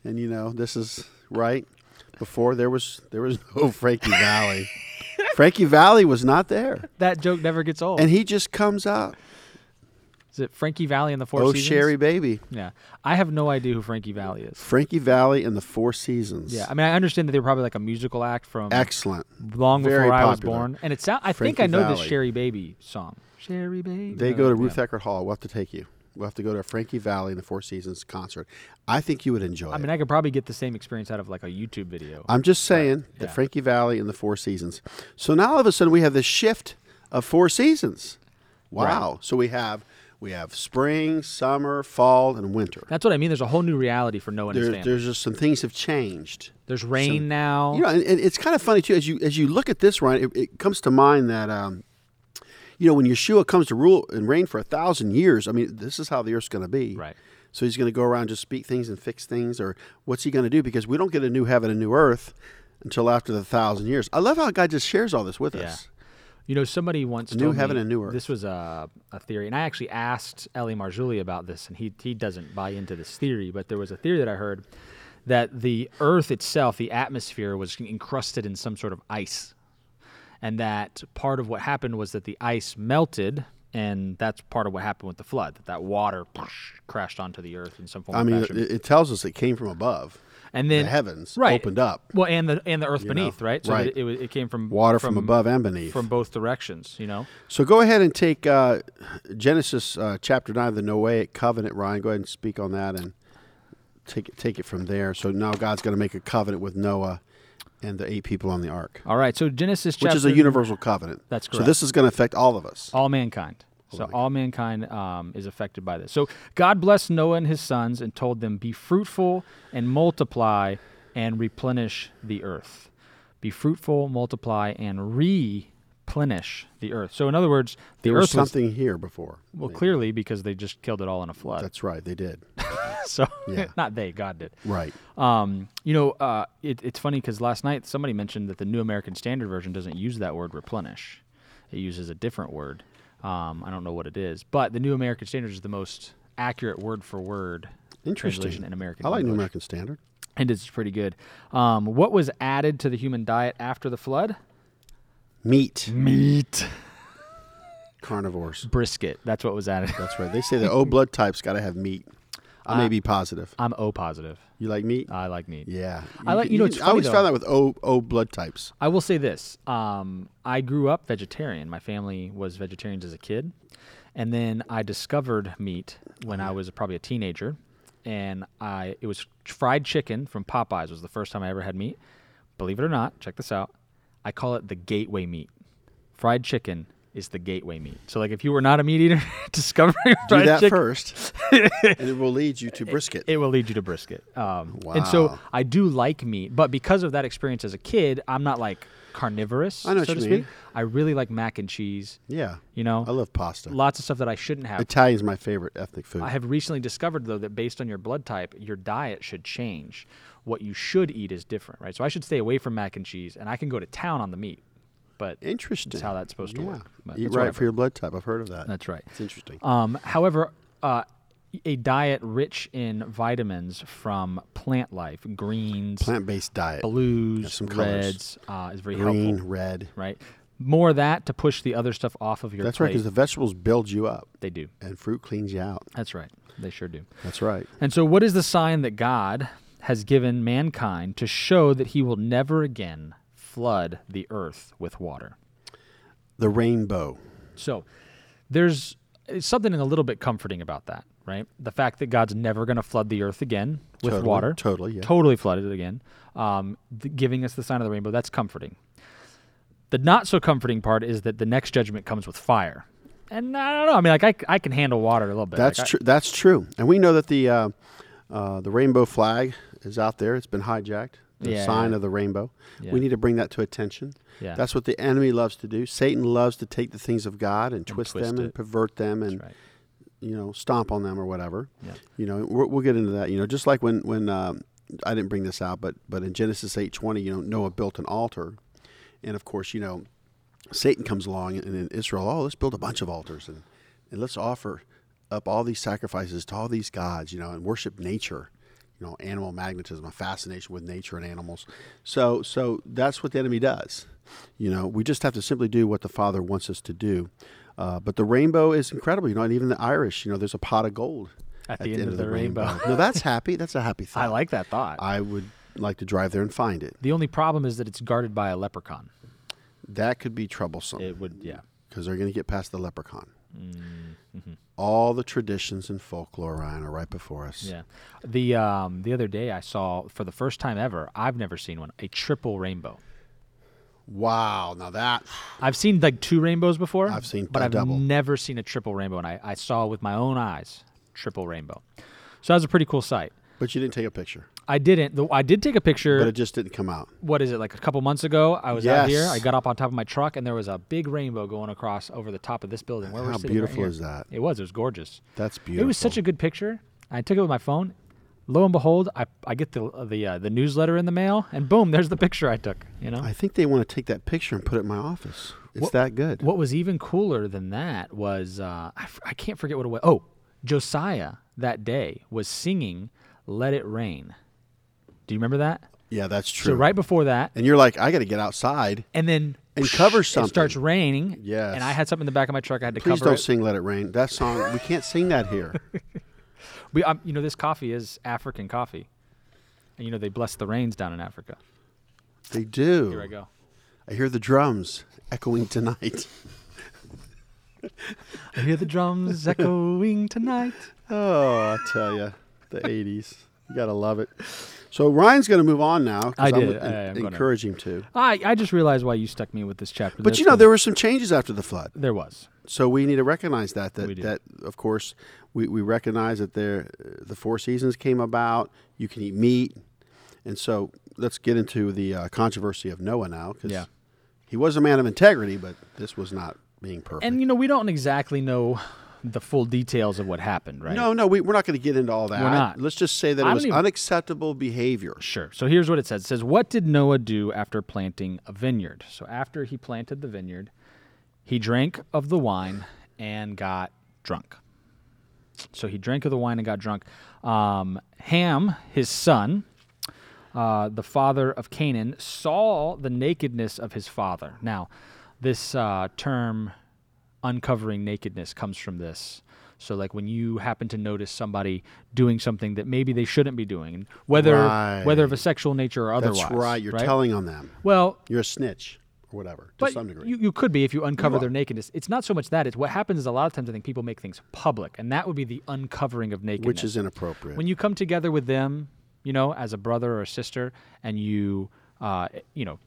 and you know this is right. Before there was there was no Frankie Valley. Frankie Valley was not there. that joke never gets old. And he just comes out. Is it Frankie Valley and the Four Oh, Seasons? Sherry Baby. Yeah. I have no idea who Frankie Valley is. Frankie Valley and the Four Seasons. Yeah. I mean, I understand that they were probably like a musical act from Excellent. long before very I was popular. born. And it sound, I think Frankie I know this Valli. Sherry Baby song. Sherry Baby. They No, go to yeah. Ruth Eckert Hall. We'll have to take you. We'll have to go to a Frankie Valley and the Four Seasons concert. I think you would enjoy I mean, it. I could probably get the same experience out of like a YouTube video. I'm just saying that yeah. Frankie Valley and the Four Seasons. So now all of a sudden we have this shift of four seasons. Wow. So we have We have spring, summer, fall, and winter. That's what I mean. There's a whole new reality for Noah and his There, family. there's just some things have changed. There's rain now. You know, and, and it's kind of funny too as you as you look at this, Ryan. It, it comes to mind that um, you know when Yeshua comes to rule and reign for a thousand years. I mean, this is how the earth's going to be. Right. So he's going to go around and just speak things and fix things, or what's he going to do? Because we don't get a new heaven and new earth until after the thousand years. I love how God just shares all this with Yeah. us. You know, somebody once New told heaven me- and new earth. This was a, a theory, and I actually asked Ellie Marzulli about this, and he he doesn't buy into this theory. But there was a theory that I heard that the Earth itself, the atmosphere, was encrusted in some sort of ice, and that part of what happened was that the ice melted, and that's part of what happened with the flood. That that water crashed onto the Earth in some form. I mean, or it, fashion. it tells us it came from above. and then the heavens right. opened up, Well, and the and the Earth beneath, right? So that right. It, it, was- it came from water from, above and beneath. from both directions. You know. so go ahead and take uh, Genesis uh, chapter nine, the Noahic covenant, Ryan. Go ahead and speak on that and take it, take it from there. So now God's going to make a covenant with Noah and the eight people on the ark, All right, so Genesis chapter which is a universal covenant. That's So correct. this is going to affect all of us. all mankind. Oh So all mankind um, is affected by this. So God blessed Noah and his sons and told them, "Be fruitful and multiply and replenish the earth. Be fruitful, multiply, and replenish the earth." So in other words, the there was earth was something here before. well clearly because they just killed it all in a flood. That's right. They did. so Yeah. not they, God did. right. Um, you know, uh, it, it's funny because last night somebody mentioned that the New American Standard Version doesn't use that word replenish; it uses a different word. Um, I don't know what it is, but the New American Standard is the most accurate word for word Interesting. translation in American. I like New English, American Standard. and it's pretty good. Um, what was added to the human diet after the flood? Meat. Meat, Carnivores. brisket. That's what was added. That's right. They say the O blood type's got to have meat. I Uh, may be positive. I'm O positive. You like meat? I like meat. Yeah, uh, I like- you know, it's I always funny, found though. that with O O blood types. I will say this. Um, I grew up vegetarian. My family was vegetarians as a kid. And then I discovered meat when Uh-huh. I was probably a teenager. And I it was fried chicken from Popeyes was the first time I ever had meat. Believe it or not, check this out. I call it the gateway meat. Fried chicken is the gateway meat. So like if you were not a meat eater, discovering Do fried that chicken first, and it will lead you to brisket. it will lead you to brisket. Um, And so Wow. I do like meat, but because of that experience as a kid, I'm not like carnivorous, I know so what to you speak. mean. I really like mac and cheese. yeah, You know, I love pasta. lots of stuff that I shouldn't have. Italian's my favorite ethnic food. I have recently discovered though that based on your blood type, your diet should change. What you should eat is different, right? So I should stay away from mac and cheese, and I can go to town on the meat. But interesting. that's how that's supposed to yeah. work. But Eat right that's for whatever. your blood type. I've heard of that. That's right. It's interesting. Um, however, uh, a diet rich in vitamins from plant life, greens, Plant-based diet. blues, some colors. reds uh, is very Green, helpful, red. right? More of that to push the other stuff off of your That's right, plate. because the vegetables build you up, they do. and fruit cleans you out. That's right. They sure do. That's right. And so, what is the sign that God has given mankind to show that He will never again flood the earth with water? The rainbow. So, there's it's something a little bit comforting about that, right? The fact that God's never going to flood the earth again with Totally, water, totally, yeah. totally flooded it again, um, th- giving us the sign of the rainbow. That's comforting. The not so comforting part is that the next judgment comes with fire. And I don't know. I mean, like I, c- I can handle water a little bit. That's Like, I- true. That's true. And we know that the uh, uh, the rainbow flag is out there. It's been hijacked. The Yeah. sign of the rainbow. Yeah. We need to bring that to attention. Yeah. That's what the enemy loves to do. Satan loves to take the things of God and twist, twist them it. and pervert them and right. you know stomp on them or whatever. Yeah. You know we're, we'll get into that. You know just like when when um, I didn't bring this out, but but in Genesis eight twenty, you know Noah built an altar, and of course you know Satan comes along and in Israel, oh, let's build a bunch of altars and, and let's offer up all these sacrifices to all these gods, you know, and worship nature, you know, animal magnetism, a fascination with nature and animals. So, so that's what the enemy does. You know, we just have to simply do what the Father wants us to do. Uh, but the rainbow is incredible, you know, and even the Irish, you know, there's a pot of gold At the end of the rainbow. no, that's happy. That's a happy thing. I like that thought. I would like to drive there and find it. the only problem is that it's guarded by a leprechaun. That could be troublesome. It would, yeah. because they're going to get past the leprechaun. Mm-hmm. All the traditions and folklore, Ryan, are right before us. Yeah, the um, the other day I saw for the first time ever. I've never seen one a triple rainbow. Wow. Now that I've seen like two rainbows before. I've seen but a I've double. never seen a triple rainbow, and I, I saw with my own eyes triple rainbow. So that was a pretty cool sight. but you didn't take a picture. I didn't. Though I did take a picture. But it just didn't come out. what is it like a couple months ago? I was out here. Yes. I got up on top of my truck, and there was a big rainbow going across over the top of this building. Where we're How sitting right beautiful here. is that? It was. It was gorgeous. That's beautiful. It was such a good picture. I took it with my phone. Lo and behold, I, I get the the uh, the newsletter in the mail, and boom, there's the picture I took. You know. I think they want to take that picture and put it in my office. It's that good. What was even cooler than that was uh, I, f- I can't forget what it was. Oh, Josiah that day was singing "Let It Rain." Do you remember that? Yeah, that's true. So right before that, And you're like, I got to get outside. and then And cover It starts something. raining. Yes. And I had something in the back of my truck. I had to Please cover don't it. sing "Let It Rain." That song we can't sing that here. We, um, you know, this coffee is African coffee, and you know they bless the rains down in Africa. They do. Here I go. I hear the drums echoing tonight. I hear the drums echoing tonight. Oh, I tell you, the '80s. You gotta love it. So Ryan's gonna move on now. 'cause I I'm did. en- I am gonna- encourage him to. I I just realized why you stuck me with this chapter. But There's you know, some- there were some changes after the flood. there was. So we need to recognize that We that do. that of course we, we recognize that there the four seasons came about. You can eat meat, and so let's get into the uh, controversy of Noah now because Yeah. he was a man of integrity, but this was not being perfect. And you know, we don't exactly know the full details of what happened, right? no, no, we, we're not going to get into all that. We're not. Let's just say that I it don't was even- unacceptable behavior. Sure. So here's what it says. It says, What did Noah do after planting a vineyard? So after he planted the vineyard, he drank of the wine and got drunk. So he drank of the wine and got drunk. Um, Ham, his son, uh, the father of Canaan, saw the nakedness of his father. Now, this uh, term, uncovering nakedness, comes from this. So, like when you happen to notice somebody doing something that maybe they shouldn't be doing, whether Right. whether of a sexual nature or otherwise. That's right. You're telling on them. Well, You're a snitch or whatever to but some degree. You, you could be if you uncover their nakedness. It's not so much that. It's what happens is a lot of times I think people make things public, and that would be the uncovering of nakedness. which is inappropriate. when you come together with them, you know, as a brother or a sister, and you, uh, you know,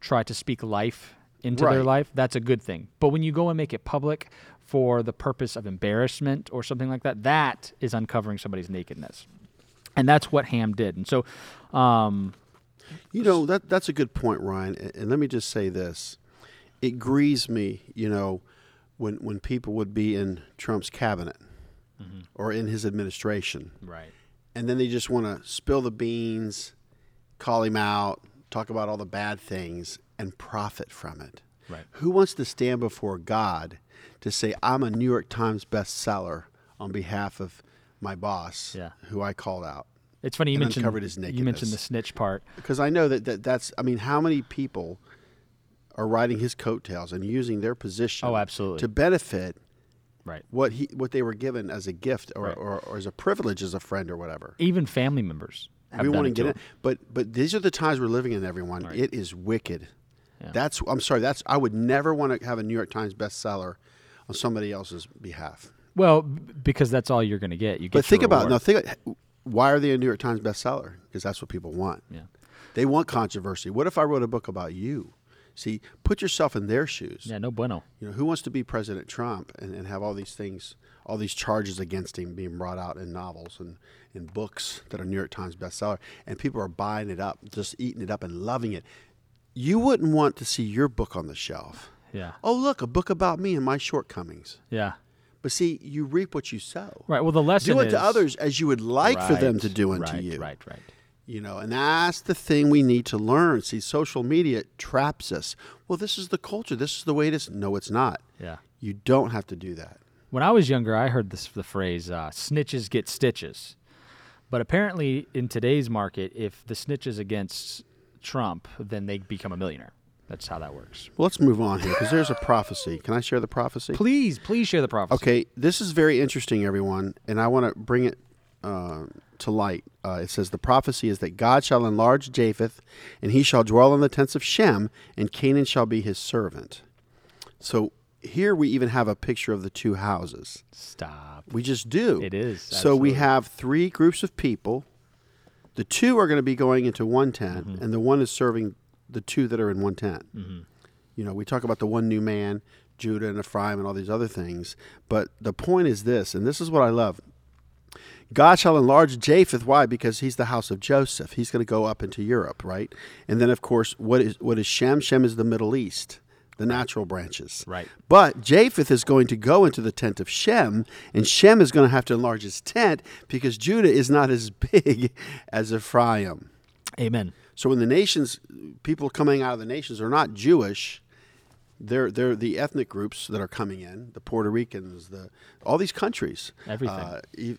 try to speak life into their Right. life, that's a good thing. But when you go and make it public for the purpose of embarrassment or something like that, that is uncovering somebody's nakedness. And that's what Ham did. And so, um, You know that that's a good point, Ryan. a- And, let me just say this: it grieves me, you know, when when people would be in Trump's cabinet Mm-hmm. or in his administration, right. and then they just want to spill the beans, call him out, talk about all the bad things, and profit from it. Right. Who wants to stand before God to say, "I'm a New York Times bestseller" on behalf of my boss, Yeah. who I called out? It's funny you and mentioned uncovered his you mentioned nakedness. the snitch part. because I know that, that that's I mean how many people are riding his coattails and using their position Oh, absolutely. to benefit Right. what he what they were given as a gift or, Right. or, or as a privilege as a friend or whatever. Even family members have we done want to it to get him. it, but but these are the times we're living in. Everyone, it is wicked. Yeah. That's I'm sorry. That's I would never want to have a New York Times bestseller on somebody else's behalf. Well, b- because that's all you're going to get. You get But think your about now. reward. Think why are they a New York Times bestseller? Because that's what people want. Yeah. They want controversy. What if I wrote a book about you? See, put yourself in their shoes. Yeah, no bueno. You know, who wants to be President Trump and, and have all these things, all these charges against him being brought out in novels and in books that are New York Times bestseller, and people are buying it up, just eating it up and loving it. You wouldn't want to see your book on the shelf. Yeah. Oh, look, a book about me and my shortcomings. Yeah. But see, you reap what you sow. Right. Well, the lesson Do it is to others as you would like for them Right, to do unto right, you. Right. Right. You know, and that's the thing we need to learn. See, social media traps us. Well, this is the culture. This is the way it is. No, it's not. Yeah. You don't have to do that. When I was younger, I heard this the phrase uh, "snitches get stitches," but apparently in today's market, if the snitch is against Trump, then they become a millionaire. That's how that works. Well, let's move on here because there's a prophecy. Can I share the prophecy? Please, please share the prophecy. Okay, this is very interesting, everyone, and I want to bring it uh, to light. Uh, it says the prophecy is that God shall enlarge Japheth, and he shall dwell in the tents of Shem, and Canaan shall be his servant. So here we even have a picture of the two houses. Stop. We just do. It is, So we have three Mm-hmm. groups of people. The two are going to be going into one tent, and the one is serving the two that are in 110. You know, we talk about the one new man, Judah and Ephraim, and all these other things. But the point is this, and this is what I love. God shall enlarge Japheth. Why? Because he's the house of Joseph. He's going to go up into Europe, right? And then, of course, what is what is Shem? Shem is the Middle East, the natural branches. Right. But Japheth is going to go into the tent of Shem, and Shem is going to have to enlarge his tent because Judah is not as big as Ephraim. Amen. So when the nations, people coming out of the nations are not Jewish, they're they're the ethnic groups that are coming in, the Puerto Ricans, the all these countries. Everything. Uh, e-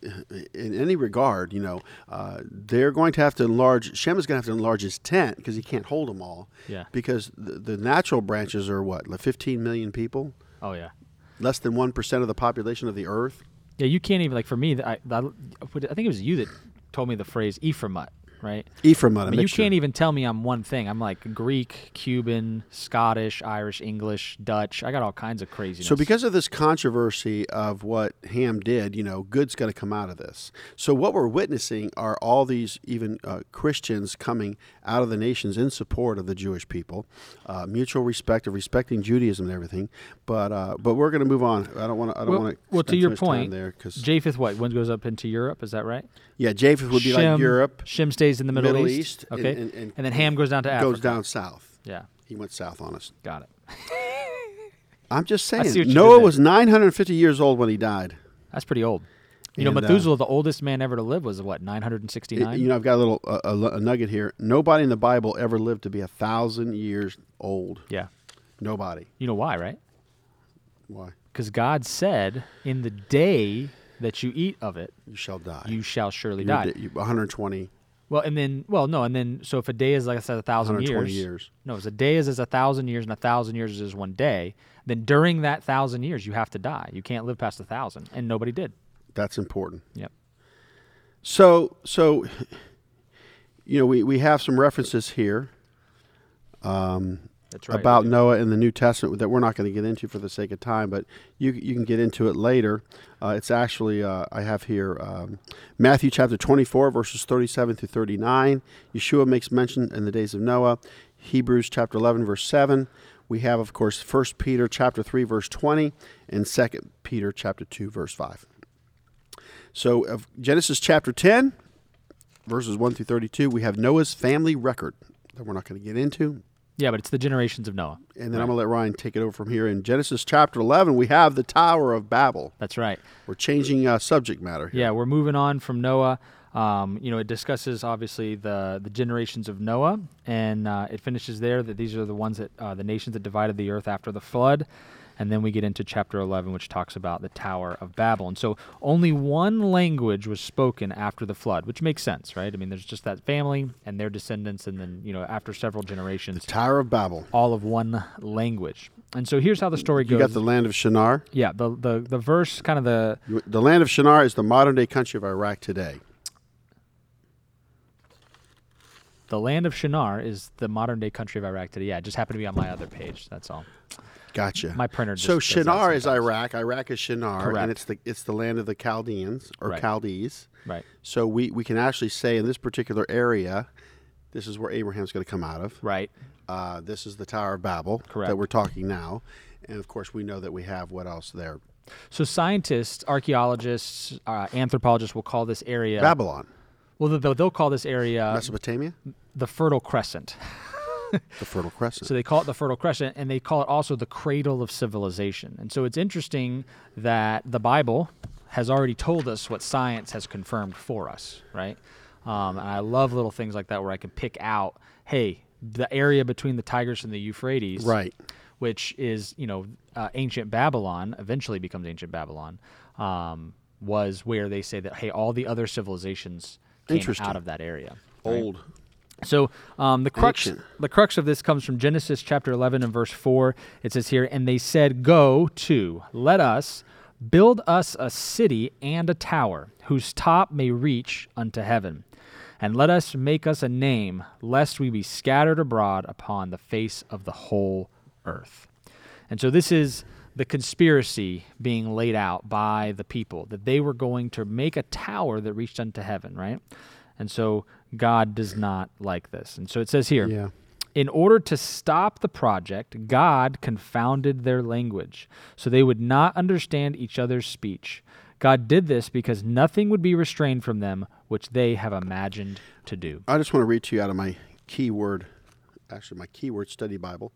in any regard, you know, uh, they're going to have to enlarge. Shem is going to have to enlarge his tent because he can't hold them all. Yeah. Because the, the natural branches are what, like 15 million people, Oh yeah. less than one percent of the population of the earth. Yeah, you can't even like for me. th- I, that, I think it was you that told me the phrase Ephraimite, right? Ephraim, I mean, you can't even tell me I'm one thing. I'm like Greek, Cuban, Scottish, Irish, English, Dutch. I got all kinds of craziness. So, because of this controversy of what Ham did, you know, good's going to come out of this. So, what we're witnessing are all these even uh, Christians coming out of the nations in support of the Jewish people, uh, mutual respect of respecting Judaism and everything. But uh, but we're going to move on. I don't want to. I don't well, want well, to your point, there because Japheth, what one goes up into Europe? Is that right? yeah, Japheth would be Shem- like Europe, Shem stays in the Middle, Middle East, and- okay, and- and then Ham goes down to Africa. goes down south. Yeah, He went south on us. got it. I'm just what you saying. did Noah there. was 950 years old when he died. That's pretty old. You know, And, uh, Methuselah, the oldest man ever to live, was what 969. You know, I've got a little uh, a, lu- a nugget here. Nobody in the Bible ever lived to be a thousand years old. yeah, Nobody. you know why, right? Why? Because God said, "In the day that you eat of it, You shall die. you shall surely You're die." di- you- 120. Well, and then, well, no, and then, so if a day is like I said, a thousand 120 years, years. No, if a day is as a thousand years, and a thousand years is one day. Then during that thousand years, you have to die. You can't live past a thousand, and nobody did. That's important. Yep. So so, you know, we we have some references here That's right. about Noah in the New Testament that we're not going to get into for the sake of time, but you you can get into it later. Uh, it's actually uh, I have here um, Matthew chapter 24 verses 37 through 39. Yeshua makes mention in the days of Noah. Hebrews chapter 11 verse 7. We have of course 1 Peter chapter 3 verse 20 and 2 Peter chapter 2 verse 5. So of Genesis chapter 10 verses 1 through 32 we have Noah's family record that we're not going to get into yeah, but it's the generations of Noah. and then I'm going to let Ryan take it over from here. In Genesis chapter 11, we have the Tower of Babel. That's right. We're changing uh, subject matter here. Yeah, we're moving on from Noah. Um, you know, it discusses obviously the the generations of Noah, and uh, it finishes there that these are the ones that uh, the nations that divided the earth after the flood, and then we get into chapter eleven, which talks about the Tower of Babel. And so, only one language was spoken after the flood, which makes sense, right? I mean, there's just that family and their descendants, and then you know, after several generations, Tower of Babel. all of one language. And so, here's how the story You goes. got the land of Shinar. yeah, the the the verse, kind of the You- The land of Shinar is the modern day country of Iraq today. The land of Shinar is the modern day country of Iraq today. Yeah, it just happened to be on my other page. That's all. Gotcha. My printer just so does that Shinar is sometimes. Iraq. Iraq is Shinar, Correct. and it's the it's the land of the Chaldeans or Right. Chaldees. Right. So we we can actually say in this particular area, this is where Abraham's going to come out of. Right. Uh, this is the Tower of Babel Correct. that we're talking now, and of course we know that we have what else there? So scientists, archaeologists, uh, anthropologists will call this area. Babylon, well, they'll, they'll call this area Mesopotamia. the Fertile Crescent. The Fertile Crescent. So they call it the Fertile Crescent, and they call it also the cradle of civilization. And so it's interesting that the Bible has already told us what science has confirmed for us, right? Um, and I love little things like that where I can pick out, hey, the area between the Tigris and the Euphrates, Right. Which is, you know, uh, ancient Babylon eventually becomes ancient Babylon. Um, was where they say that hey, all the other civilizations came Interesting. out of that area. old. So um, the crux Ancient. the crux of this comes from Genesis chapter 11 and verse 4. It says here, "And they said, Go to, let us build us a city and a tower, whose top may reach unto heaven. And let us make us a name, lest we be scattered abroad upon the face of the whole earth." And so this is the conspiracy being laid out by the people that they were going to make a tower that reached unto heaven, right? And so God does not like this. And so it says here, Yeah. In order to stop the project, God confounded their language, so they would not understand each other's speech. God did this because nothing would be restrained from them which they have imagined to do. I just want to read to you out of my keyword, actually, my keyword study Bible,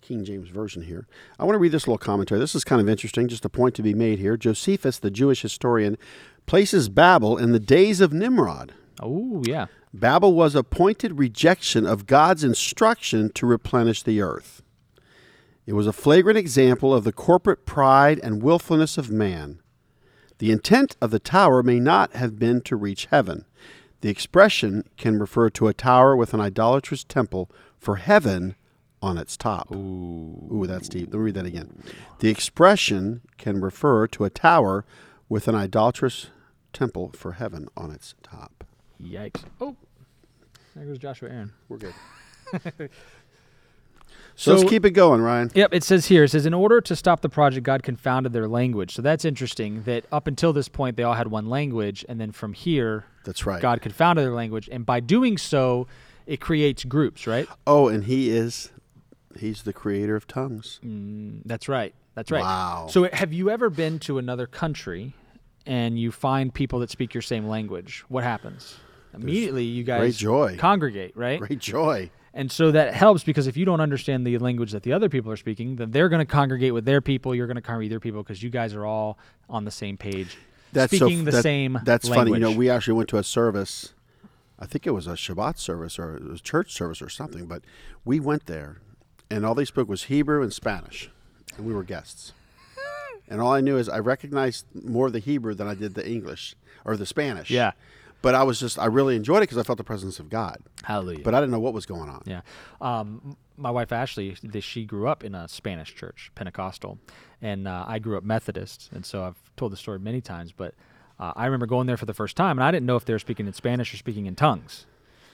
King James Version here. I want to read this little commentary. This is kind of interesting, just a point to be made here. Josephus, the Jewish historian, places Babel in the days of Nimrod. Oh, yeah. Babel was a pointed rejection of God's instruction to replenish the earth. It was a flagrant example of the corporate pride and willfulness of man. The intent of the tower may not have been to reach heaven. The expression can refer to a tower with an idolatrous temple for heaven on its top. Ooh, that's deep. Let me read that again. The expression can refer to a tower with an idolatrous temple for heaven on its top. Yikes. Oh, there goes Joshua Aaron. We're good. so, let's keep it going, Ryan. Yep, it says here, it says, in order to stop the project, God confounded their language. So that's interesting that up until this point, they all had one language. And then from here, That's right. God confounded their language. And by doing so, it creates groups, right? Oh, and he is he's the creator of tongues. Mm. That's right. That's right. Wow. So have you ever been to another country and you find people that speak your same language? What happens? Immediately, you guys joy. congregate, right? Great joy. And so that helps because if you don't understand the language that the other people are speaking, then they're going to congregate with their people. You're going to congregate with their people because you guys are all on the same page, so- speaking the that- same. That's funny. language. You know, we actually went to a service. I think it was a Shabbat service or it was church service or something, but we went there, and all they spoke was Hebrew and Spanish, and we were guests. And all I knew is I recognized more the Hebrew than I did the English or the Spanish. Yeah. But I was just I really enjoyed it because I felt the presence of God, hallelujah. but I didn't know what was going on. Yeah. Um, m- my wife Ashley, th- she grew up in a Spanish church, Pentecostal, and uh, I grew up Methodist. And so I've told the story many times, but uh, I remember going there for the first time, and I didn't know if they were speaking in Spanish or speaking in tongues.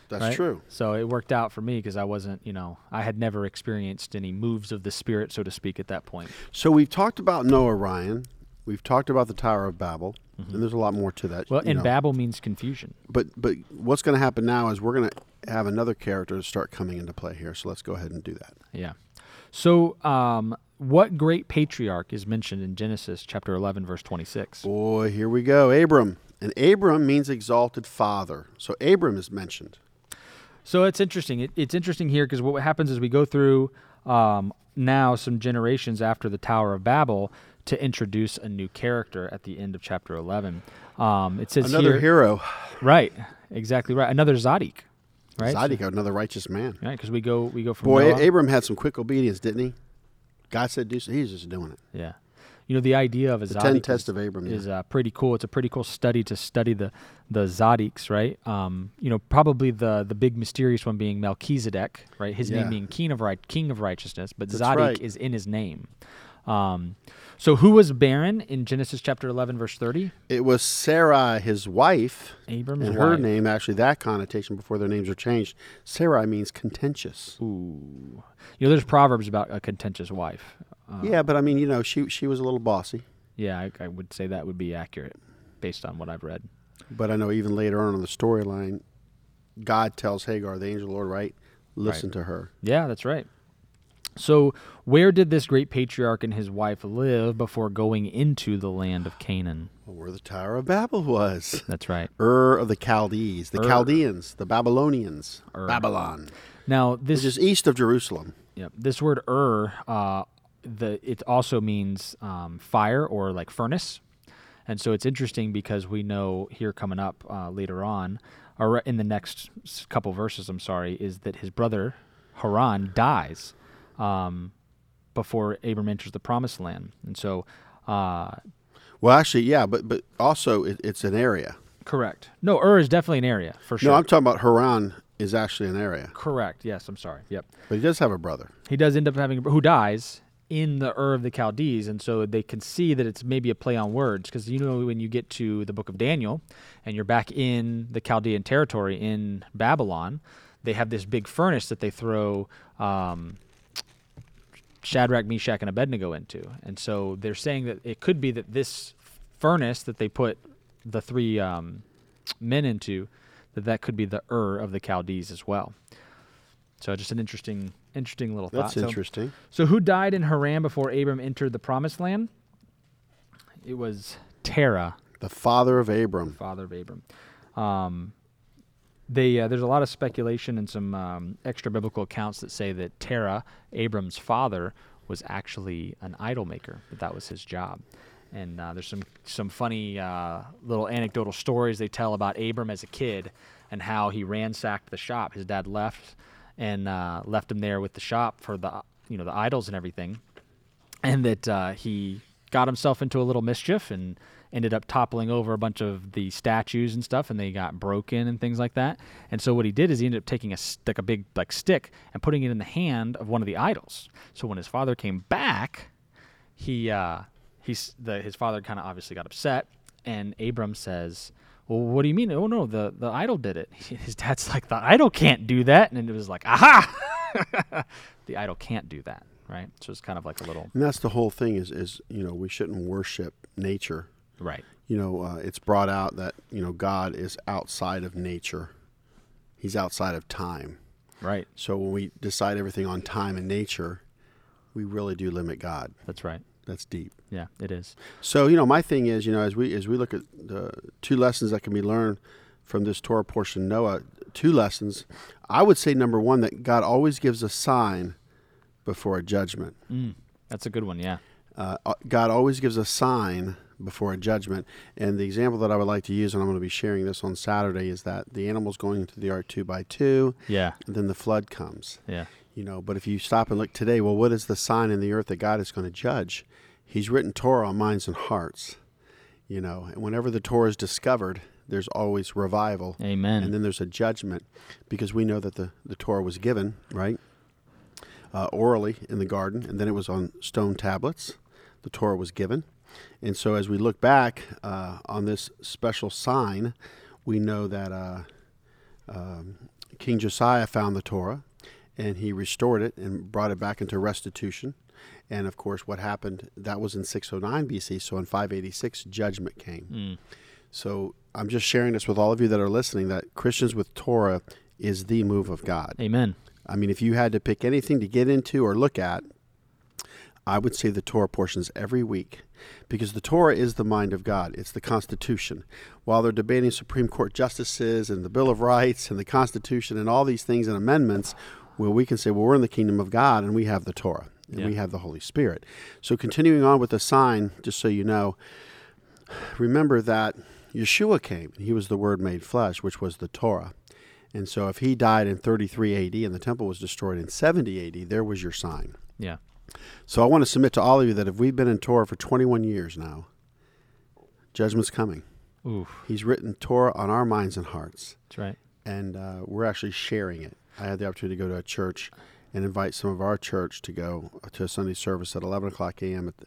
That's right? true. So it worked out for me because I wasn't, you know, I had never experienced any moves of the spirit, so to speak, at that point. So we've talked about Noah, Ryan. We've talked about the Tower of Babel, and there's a lot more to that. Mm-hmm. Well, you and know. Babel means confusion. But but what's going to happen now is we're going to have another character start coming into play here. So let's go ahead and do that. Yeah. So, um, what great patriarch is mentioned in Genesis chapter 11, verse 26? Boy, here we go. Abram. And Abram means exalted father. So Abram is mentioned. So it's interesting. It, it's interesting here because what happens is we go through um, now some generations after the Tower of Babel to introduce a new character at the end of chapter 11. Um, it says Another here, hero. right, exactly right. Another Zadik, right? Zydeco, another righteous man. Right, because we go we go from Boy, Noah- Abram had some quick obedience, didn't he? God said do so. He's just doing it. Yeah. You know, the idea of a Ten Zadik tests is, of Abram. yeah. is uh, pretty cool. It's a pretty cool study to study the the Zadiks, right? Um, you know, probably the the big mysterious one being Melchizedek, right? His Yeah. name being King of right, King of Righteousness, but That's Zadik right. is in his name. Um, so who was barren in Genesis chapter eleven, verse thirty? It was Sarai, his wife, Abram's and her wife. name actually that connotation before their names are changed. Sarai means contentious. Ooh. You know, there's proverbs about a contentious wife. Uh, Yeah, but I mean, you know, she she was a little bossy. yeah, I, I would say that would be accurate based on what I've read. But I know even later on in the storyline, God tells Hagar, the angel of the Lord, right? Listen to her. Yeah, that's right. So, where did this great patriarch and his wife live before going into the land of Canaan? Well, where the Tower of Babel was. That's right. Ur of the Chaldees, the Ur. Chaldeans, the Babylonians, Babylon, Now, which this is east of Jerusalem. yep, this word "ur," uh, the it also means um, fire or like furnace, and so it's interesting because we know here coming up uh, later on, or in the next s- couple verses, I'm sorry, is that his brother Haran dies. Um, before Abram enters the promised land. And so uh, Well, actually, yeah, but but also it, it's an area. Correct. No, Ur is definitely an area for sure. No, I'm talking about Haran is actually an area, Correct. Yes, I'm sorry. Yep. but he does have a brother. He does end up having a br- who dies in the Ur of the Chaldees, and so they can see that it's maybe a play on words because you know when you get to the Book of Daniel, and you're back in the Chaldean territory in Babylon, they have this big furnace that they throw. Um, Shadrach, Meshach, and Abednego into. And so they're saying that it could be that this furnace that they put the three um, men into, that that could be the Ur of the Chaldees as well. So just an interesting, interesting little thought. That's So- interesting. So, who died in Haran before Abram entered the Promised Land? It was Terah, The father of Abram. father of Abram. Um, they, uh, there's a lot of speculation and some um, extra biblical accounts that say that Terah, Abram's father, was actually an idol maker. That that was his job. And uh, there's some some funny uh, little anecdotal stories they tell about Abram as a kid and how he ransacked the shop. His dad left and uh, left him there with the shop for the you know the idols and everything and that uh, he got himself into a little mischief and ended up toppling over a bunch of the statues and stuff and they got broken and things like that and so what he did is he ended up taking a stick a big like stick and putting it in the hand of one of the idols so when his father came back he uh he's the his father kind of obviously got upset and abram says well what do you mean oh no the the idol did it his dad's like the idol can't do that and it was like aha the idol can't do that right so it's kind of like a little And that's the whole thing is, is you know, we shouldn't worship nature. right You know, uh, it's brought out that, you know, God is outside of nature. He's outside of time. right So when we decide everything on time and nature, we really do limit God. that's right That's deep. yeah it is So you know, my thing is, you know, as we as we look at the two lessons that can be learned from this Torah portion, Noah, two lessons. I would say number one that God always gives a sign before a judgment. that's a good one yeah Uh, God always gives a sign before a judgment, and the example that I would like to use, and I'm going to be sharing this on Saturday, is that the animals going into the ark two by two, yeah and then the flood comes. yeah You know, but if you stop and look today, well, what is the sign in the earth that God is going to judge? He's written Torah on minds and hearts. You know, and whenever the Torah is discovered, there's always revival. amen And then there's a judgment because we know that the, the Torah was given, right? Uh, orally in the garden, and then it was on stone tablets. The Torah was given. And so as we look back uh, on this special sign, we know that uh, um, King Josiah found the Torah and he restored it and brought it back into restitution. And of course, what happened, that was in 609 BC. So in 586, judgment came. So I'm just sharing this with all of you that are listening that Christians with Torah is the move of God. amen I mean, if you had to pick anything to get into or look at, I would say the Torah portions every week because the Torah is the mind of God. It's the Constitution. While they're debating Supreme Court justices and the Bill of Rights and the Constitution and all these things and amendments, well, we can say, well, we're in the kingdom of God and we have the Torah and we have the Holy Spirit. So, continuing on with the sign, just so you know, remember that Yeshua came and he was the Word made flesh, which was the Torah. And so, if he died in 33 AD and the temple was destroyed in 70 AD, there was your sign. yeah So I want to submit to all of you that if we've been in Torah for 21 years now, judgment's coming. oof He's written Torah on our minds and hearts, that's right and uh, we're actually sharing it. I had the opportunity to go to a church and invite some of our church to go uh, to a Sunday service at 11 o'clock a.m. at, the,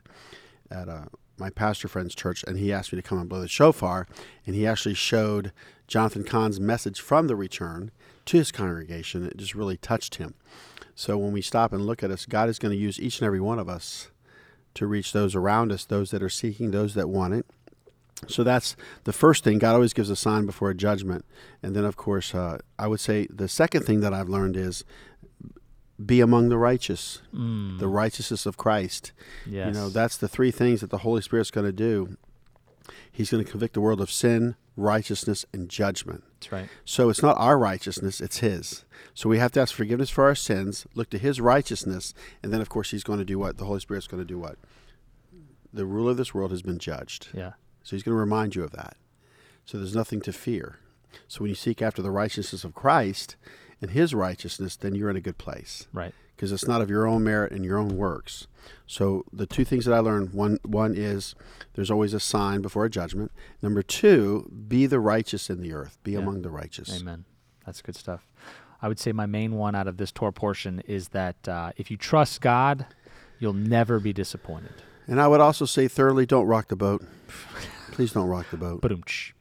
at uh, my pastor friend's church, and he asked me to come and blow the shofar, and he actually showed Jonathan Kahn's message from the return to his congregation. It just really touched him. So when we stop and look at us, God is going to use each and every one of us to reach those around us, those that are seeking, those that want it. So that's the first thing. God always gives a sign before a judgment. And then, of course, uh, I would say the second thing that I've learned is be among the righteous, the righteousness of Christ. yes You know, that's the three things that the Holy Spirit's going to do. He's going to convict the world of sin, righteousness, and judgment. that's right So it's not our righteousness, it's His. So we have to ask forgiveness for our sins, look to His righteousness, and then, of course, He's going to do what? The Holy Spirit's going to do what? The ruler of this world has been judged. yeah So He's going to remind you of that. So there's nothing to fear. So when you seek after the righteousness of Christ and His righteousness, then you're in a good place right because it's not of your own merit and your own works. So the two things that I learned one one is there's always a sign before a judgment. Number two, be the righteous in the earth, be among the righteous. Amen. That's good stuff. I would say my main one out of this tour portion is that uh, if you trust God, you'll never be disappointed. And I would also say thirdly, don't rock the boat. Please don't rock the boat. Ba-doom-tsh.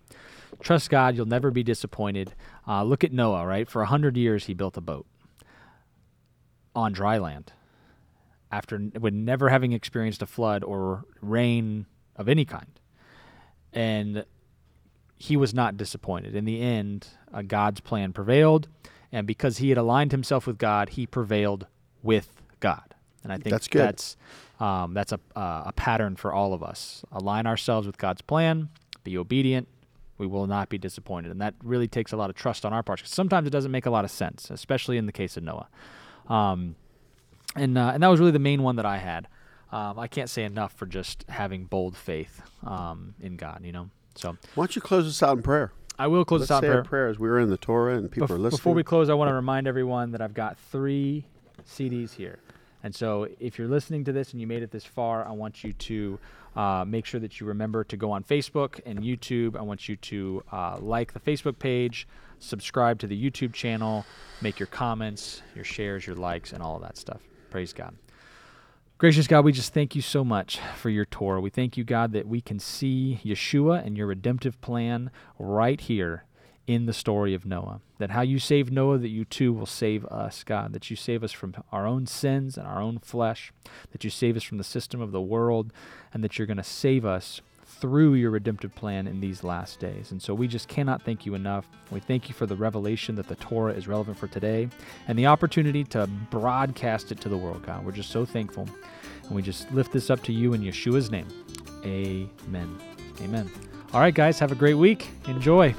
Trust God, you'll never be disappointed. Uh, look at Noah, right? For a 100 years, he built a boat on dry land after when never having experienced a flood or rain of any kind. And he was not disappointed. In the end, uh, God's plan prevailed, And because he had aligned himself with God, he prevailed with God. And I think That's good. that's, um, that's a, uh, a pattern for all of us. Align ourselves with God's plan, be obedient, we will not be disappointed. And that really takes a lot of trust on our part. 'cause Sometimes it doesn't make a lot of sense, especially in the case of Noah. Um, and uh, and that was really the main one that I had. Um, I can't say enough for just having bold faith um, in God, you know. So Why don't you close this out in prayer? I will close Let's this out. say in our prayer. prayer as we were in the Torah and people Bef- are listening. Before we close, I want to remind everyone that I've got three CDs here. And so if you're listening to this and you made it this far, I want you to uh, make sure that you remember to go on Facebook and YouTube. I want you to uh, like the Facebook page, subscribe to the YouTube channel, make your comments, your shares, your likes, and all of that stuff. Praise God. Gracious God, we just thank you so much for your Torah. We thank you, God, that we can see Yeshua and your redemptive plan right here in the story of Noah. That how you saved Noah, that you too will save us, God. That you save us from our own sins and our own flesh. That you save us from the system of the world. And that you're going to save us through your redemptive plan in these last days. And so we just cannot thank you enough. We thank you for the revelation that the Torah is relevant for today and the opportunity to broadcast it to the world, God. We're just so thankful. And we just lift this up to you in Yeshua's name. Amen. Amen. All right, guys, have a great week. Enjoy.